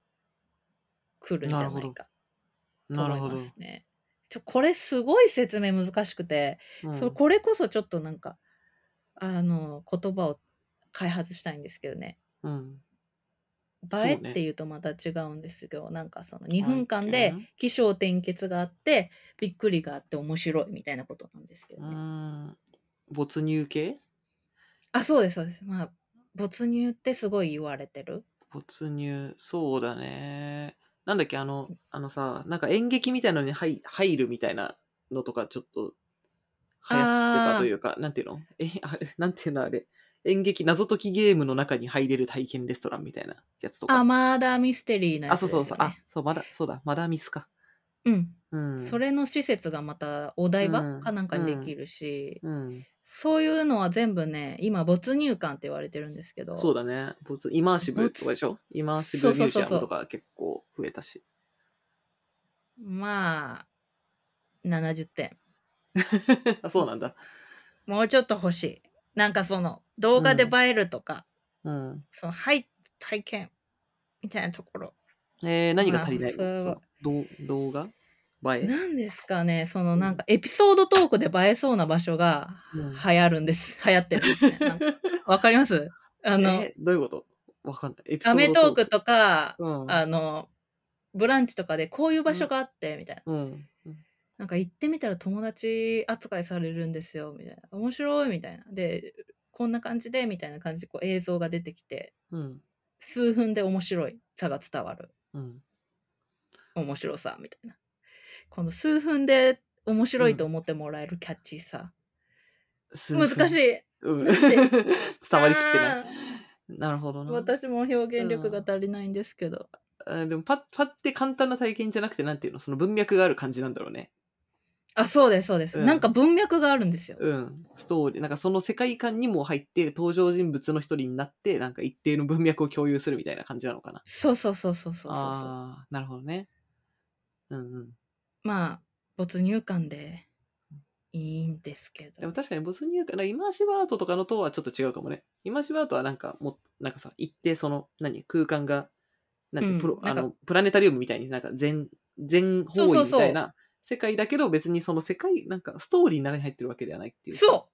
Speaker 1: 来るんじゃないかと
Speaker 2: なる
Speaker 1: 思い
Speaker 2: ほ
Speaker 1: ま。
Speaker 2: ど
Speaker 1: すね。ちょこれすごい説明難しくて、
Speaker 2: うん
Speaker 1: そこれこそちょっとなんかあの言葉を開発したいんですけどね
Speaker 2: うん。そう
Speaker 1: 映え
Speaker 2: ね
Speaker 1: っていうとまた違うんですけど、なんかその2分間で
Speaker 2: 体験
Speaker 1: 起承転結があってびっくりがあって面白いみたいなことなんですけど
Speaker 2: う
Speaker 1: ね、
Speaker 2: ん。没入系
Speaker 1: あそうですそうですまあ没入ってすごい言われてる
Speaker 2: 没入、そうだね。なんだっけ、あの、あのさ、なんか演劇みたいのに入入るみたいなのとか、ちょっと流行ってたというか、なんていうのえ、あ *laughs* なんていうのあれ。演劇謎解きゲームの中に入れる体験レストランみたいなやつとか。
Speaker 1: あマーダーミステリーなや
Speaker 2: あ、
Speaker 1: つで
Speaker 2: そう
Speaker 1: すよ、
Speaker 2: そう
Speaker 1: ね、
Speaker 2: そう。あ、そう、まだ、そうだ、まだミスか。
Speaker 1: うん、
Speaker 2: うん。
Speaker 1: そ、れの施設がまたお台場
Speaker 2: うん
Speaker 1: かなんかにできるし、
Speaker 2: うん。
Speaker 1: そういうのは全部ね今没入感って言われてるんですけど
Speaker 2: そうだね。没イマーシブとかでしょイマーシブミュージアムとか結構増えたし。
Speaker 1: まあ70点
Speaker 2: あ、そうなんだ。
Speaker 1: もうちょっと欲しいなんかその動画で
Speaker 2: うん
Speaker 1: 映えるとか、
Speaker 2: うん。
Speaker 1: そのはい体験みたいなところ
Speaker 2: えー、何が足りない
Speaker 1: まあ
Speaker 2: のそのどう動画映え
Speaker 1: なんですかねその
Speaker 2: うん
Speaker 1: なんかエピソードトークで映えそうな場所が
Speaker 2: うん
Speaker 1: 流行るんです、流行ってるんですねなんかわかりますあの
Speaker 2: えどういうことわかんない。エピ
Speaker 1: アメトークとか、
Speaker 2: うん
Speaker 1: あのブランチとかでこういう場所があってみたいな、
Speaker 2: うん。
Speaker 1: なんか行ってみたら友達扱いされるんですよみたいな面白いみたいなでこんな感じでみたいな感じでこう映像が出てきて
Speaker 2: うん。
Speaker 1: 数分で面白いさが伝わる
Speaker 2: うん。
Speaker 1: 面白さみたいなこの数分で面白いと思ってもらえるキャッチーさ、難し
Speaker 2: い。
Speaker 1: い *laughs*
Speaker 2: うん、
Speaker 1: なん
Speaker 2: 伝
Speaker 1: で
Speaker 2: わりきってない
Speaker 1: あ。
Speaker 2: なるほど
Speaker 1: ー
Speaker 2: な。
Speaker 1: 私も表現力が足りないんですけど、
Speaker 2: あでもパッ、パって簡単な体験じゃなくて、なんていうのその文脈がある感じなんだろうね。
Speaker 1: あそうですそうです、
Speaker 2: うん
Speaker 1: なんか文脈があるんですよ、
Speaker 2: うん。ストーリー。なんかその世界観にも入って、登場人物の一人になって、なんか一定の文脈を共有するみたいな感じなのかな。
Speaker 1: そうそうそうそうそうそうそう
Speaker 2: ああ、なるほどね。うんうん。
Speaker 1: まあ没入感でいいんですけ
Speaker 2: で
Speaker 1: ど
Speaker 2: も確かに没入感、なんかイマーシブアートとかのとはちょっと違うかもね。イマーシブアートはなんかもう、なんかさ、一定その、何、空間が、なんて、
Speaker 1: うん
Speaker 2: プロ、
Speaker 1: な
Speaker 2: あ
Speaker 1: んか
Speaker 2: の、プラネタリウムみたいになんか全、全方
Speaker 1: そうそ
Speaker 2: 位
Speaker 1: う
Speaker 2: み
Speaker 1: そう
Speaker 2: たいな世界だけど別にその世界、なんかストーリーの中に入ってるわけではないっていう。
Speaker 1: そ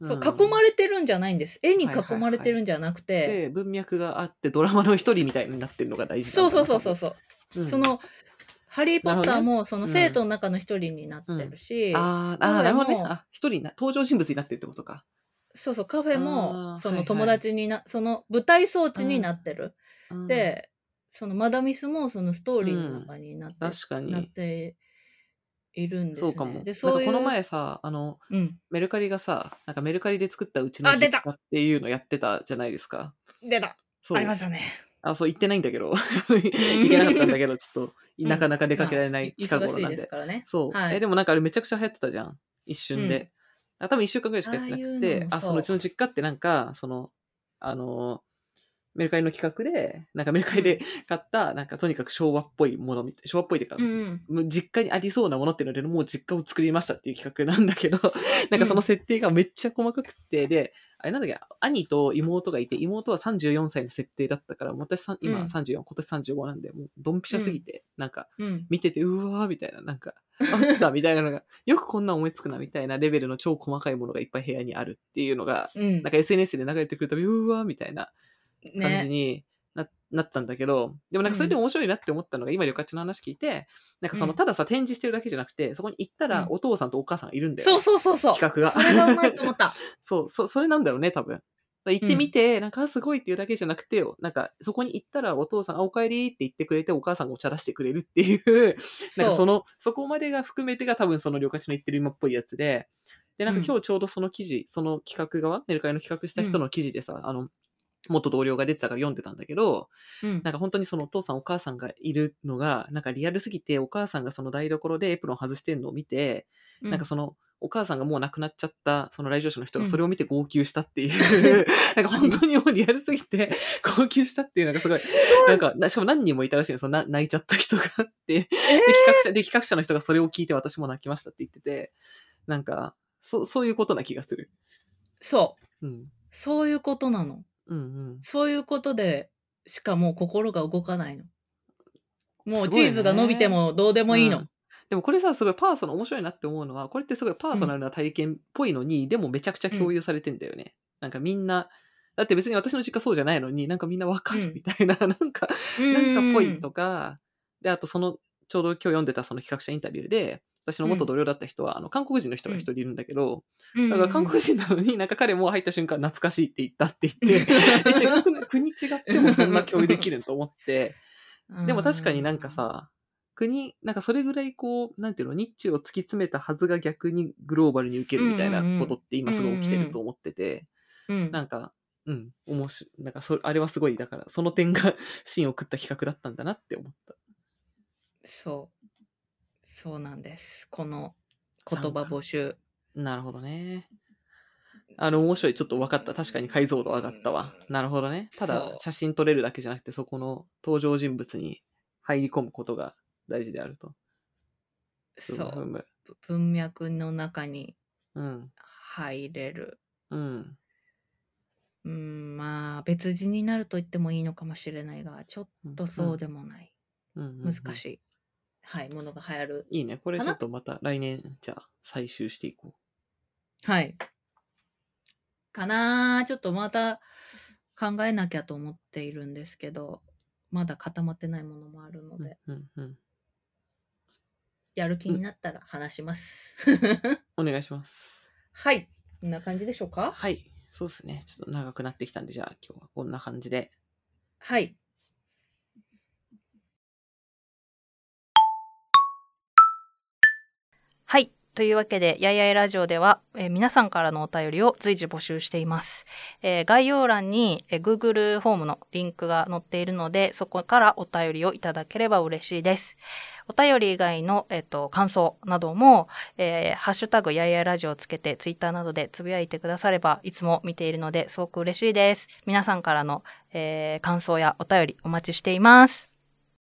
Speaker 1: う
Speaker 2: うん
Speaker 1: そう囲まれてるんじゃないんです絵に囲まれてるんじゃなくて、
Speaker 2: で、文脈があってドラマの一人みたいになってるのが大事
Speaker 1: そうそうそうそううそう、
Speaker 2: うん。
Speaker 1: その「ハリー・ポッター」もその
Speaker 2: うん
Speaker 1: 生徒の中の一人になってるし、
Speaker 2: あーあー、なるほどね
Speaker 1: も。う
Speaker 2: あ、一人な、登場人物になってるってことか。
Speaker 1: そうそうカフェ
Speaker 2: あ
Speaker 1: も
Speaker 2: ー
Speaker 1: そ
Speaker 2: はいは
Speaker 1: の
Speaker 2: い
Speaker 1: 友達にな、その舞台装置になってる、
Speaker 2: うん、
Speaker 1: でそのマダミスもそのストーリーの中になって,、
Speaker 2: 確かに。
Speaker 1: なっているんです、
Speaker 2: そ
Speaker 1: ね、
Speaker 2: うかも。
Speaker 1: でそういう
Speaker 2: なんかこの前さ、あの、
Speaker 1: うん、
Speaker 2: メルカリがさ、なんかメルカリで作ったうちの
Speaker 1: あ出
Speaker 2: 実
Speaker 1: た
Speaker 2: 家っていうのやってたじゃないですか。
Speaker 1: 出た
Speaker 2: そう。
Speaker 1: ありましたね
Speaker 2: あそう、行ってないんだけど。行けなかったんだけど、ちょっと、
Speaker 1: *laughs* うん
Speaker 2: なかなか出かけられない近頃
Speaker 1: 忙し
Speaker 2: ないんで。
Speaker 1: ですからね
Speaker 2: そう、
Speaker 1: はい
Speaker 2: え。でもなんかあれめちゃくちゃ流行ってたじゃん。一瞬で。
Speaker 1: うん
Speaker 2: あ多分一週間ぐらいしかやってなく
Speaker 1: ああいう
Speaker 2: て
Speaker 1: の、も
Speaker 2: あ
Speaker 1: そう
Speaker 2: そのうちの実家ってなんか、その、あの、メルカリの企画で、なんかメルカリで買った、なんかとにかく昭和っぽいものみたい、昭和っぽいっていうか、
Speaker 1: うんうん
Speaker 2: もう実家にありそうなものっていうので、もう実家を作りましたっていう企画なんだけ *laughs* ど、なんかその設定がめっちゃ細かくて、で、あれなんだっけ、兄と妹がいて、妹は34歳の設定だったから、私さん今
Speaker 1: うん
Speaker 2: 34、今年35なんで、もうドンピシャすぎて、なんか
Speaker 1: うん
Speaker 2: 見てて、うわーみたいな、なんか、 *laughs* あったみたいなのが、よくこんなん思いつくなみたいなレベルの超細かいものがいっぱい部屋にあるっていうのが、
Speaker 1: うん
Speaker 2: なんか SNS で流れてくるたび、うわーみたいな感じ
Speaker 1: ね
Speaker 2: にな,、なったんだけど、でもなんかそれで面白いなって思ったのが、今、旅館の話聞いて、なんかその、
Speaker 1: うん
Speaker 2: たださ、展示してるだけじゃなくて、そこに行った
Speaker 1: うん
Speaker 2: らお父さんとお母さんがいるんだよね、
Speaker 1: そうそうそうそう
Speaker 2: 企画が
Speaker 1: それがうまいと思った
Speaker 2: そう、そそれなんだろうね、多分。ら行ってみて、なんか、あすごいっていうだけじゃなくてよ、なんか、そこに行ったらお父さん、あ、お帰りって言ってくれて、お母さんがお茶出してくれるって
Speaker 1: *laughs*
Speaker 2: いう、 *laughs* なんかその、そこまでが含めてが多分その旅館地の言ってる今っぽいやつで、で、なんか
Speaker 1: うん
Speaker 2: 今日ちょうどその記事、その企画側、メルカリの企画した人の記事でさ、あの、元同僚が出てたから読んでたんだけど、
Speaker 1: うん
Speaker 2: なんか本当にそのお父さんお母さんがいるのが、なんかリアルすぎて、お母さんがその台所でエプロン外してんのを見て、なんかその、お母さんがもう亡くなっちゃった、その来場者の人が
Speaker 1: うん
Speaker 2: それを見て号泣したっていう、
Speaker 1: *laughs*
Speaker 2: なんか本当にもうリアルすぎて、号泣したっていうのがすごい、なんか、なしかも何人もいたらしいの、そのな泣いちゃった人があって、で、企画者、で、企画者の人がそれを聞いて私も泣きましたって言ってて、なんか、そう、そういうことな気がする。
Speaker 1: そう
Speaker 2: うん。
Speaker 1: そういうことなの
Speaker 2: うんうん。
Speaker 1: そういうことでしかもう心が動かないのも
Speaker 2: す
Speaker 1: う
Speaker 2: ご
Speaker 1: チ
Speaker 2: いね
Speaker 1: ーズが伸びてもどうでもいいの、
Speaker 2: うんでもこれさ、すごいパーソナル面白いなって思うのは、これってすごいパーソナルな体験っぽいのに、でもめちゃくちゃ共有されてんだよね。なんかみんな、だって別に私の実家そうじゃないのに、なんかみんなわかるみたいな、 *laughs* なんか、なんかぽいとか、で、あとその、ちょうど今日読んでたその企画者インタビューで、私の元同僚だった人は、あの、韓国人の人が一人いるんだけど、
Speaker 1: うん、
Speaker 2: だから韓国人なのになんか彼も入った瞬間懐かしいって言ったって言って、え違う国国違ってもそんな共有できると思って、
Speaker 1: うん
Speaker 2: でも確かになんかさ、国、なんかそれぐらいこう、なんていうの、ニッチを突き詰めたはずが逆にグローバルに受けるみたいなことって今すごい起きてると思ってて、
Speaker 1: うん
Speaker 2: なんか、うん、面白い。なんかそ、あれはすごい、だから、その点が *laughs* シーンを送った企画だったんだなって思った。
Speaker 1: そうそうなんですこの言葉募集
Speaker 2: なるほどね。あの、面白い。ちょっと分かった。確かに解像度上がったわ。なるほどね。ただ
Speaker 1: そ、う
Speaker 2: 写真撮れるだけじゃなくて、そこの登場人物に入り込むことが大事であると。
Speaker 1: そ
Speaker 2: ふ
Speaker 1: う
Speaker 2: む
Speaker 1: 文脈の中に
Speaker 2: ふむ
Speaker 1: 入れる
Speaker 2: うん。うん。
Speaker 1: うんまあ別字になると言ってもいいのかもしれないがちょっ
Speaker 2: うん
Speaker 1: とそうでもない、
Speaker 2: 難
Speaker 1: 難しい、はいものが流行る
Speaker 2: いいね。これ
Speaker 1: か
Speaker 2: ちょ
Speaker 1: な
Speaker 2: っとまた来年、じゃあ、採集していこ
Speaker 1: はいかなあちょっとまた考えなきゃと思っているんですけどまだ固まってないものもあるの
Speaker 2: う。
Speaker 1: で、
Speaker 2: うんうん
Speaker 1: やる気になったら話します、 *laughs*
Speaker 2: お願いします。
Speaker 1: はいこんな感じでしょうか
Speaker 2: はい。そうですね。ちょっと長くなってきたんで、じゃあ今日はこんな感じで。
Speaker 1: はい
Speaker 3: はい。というわけで、やいやいラジオでは、えー皆さんからのお便りを随時募集しています。えー概要欄に、えー Google フォームのリンクが載っているので、そこからお便りをいただければ嬉しいです。お便り以外の、えっと感想なども、えーハッシュタグやいやいラジオをつけて、Twitter などでつぶやいてくだされば、いつも見ているので、すごく嬉しいです。皆さんからの、えー感想やお便りお待ちしています。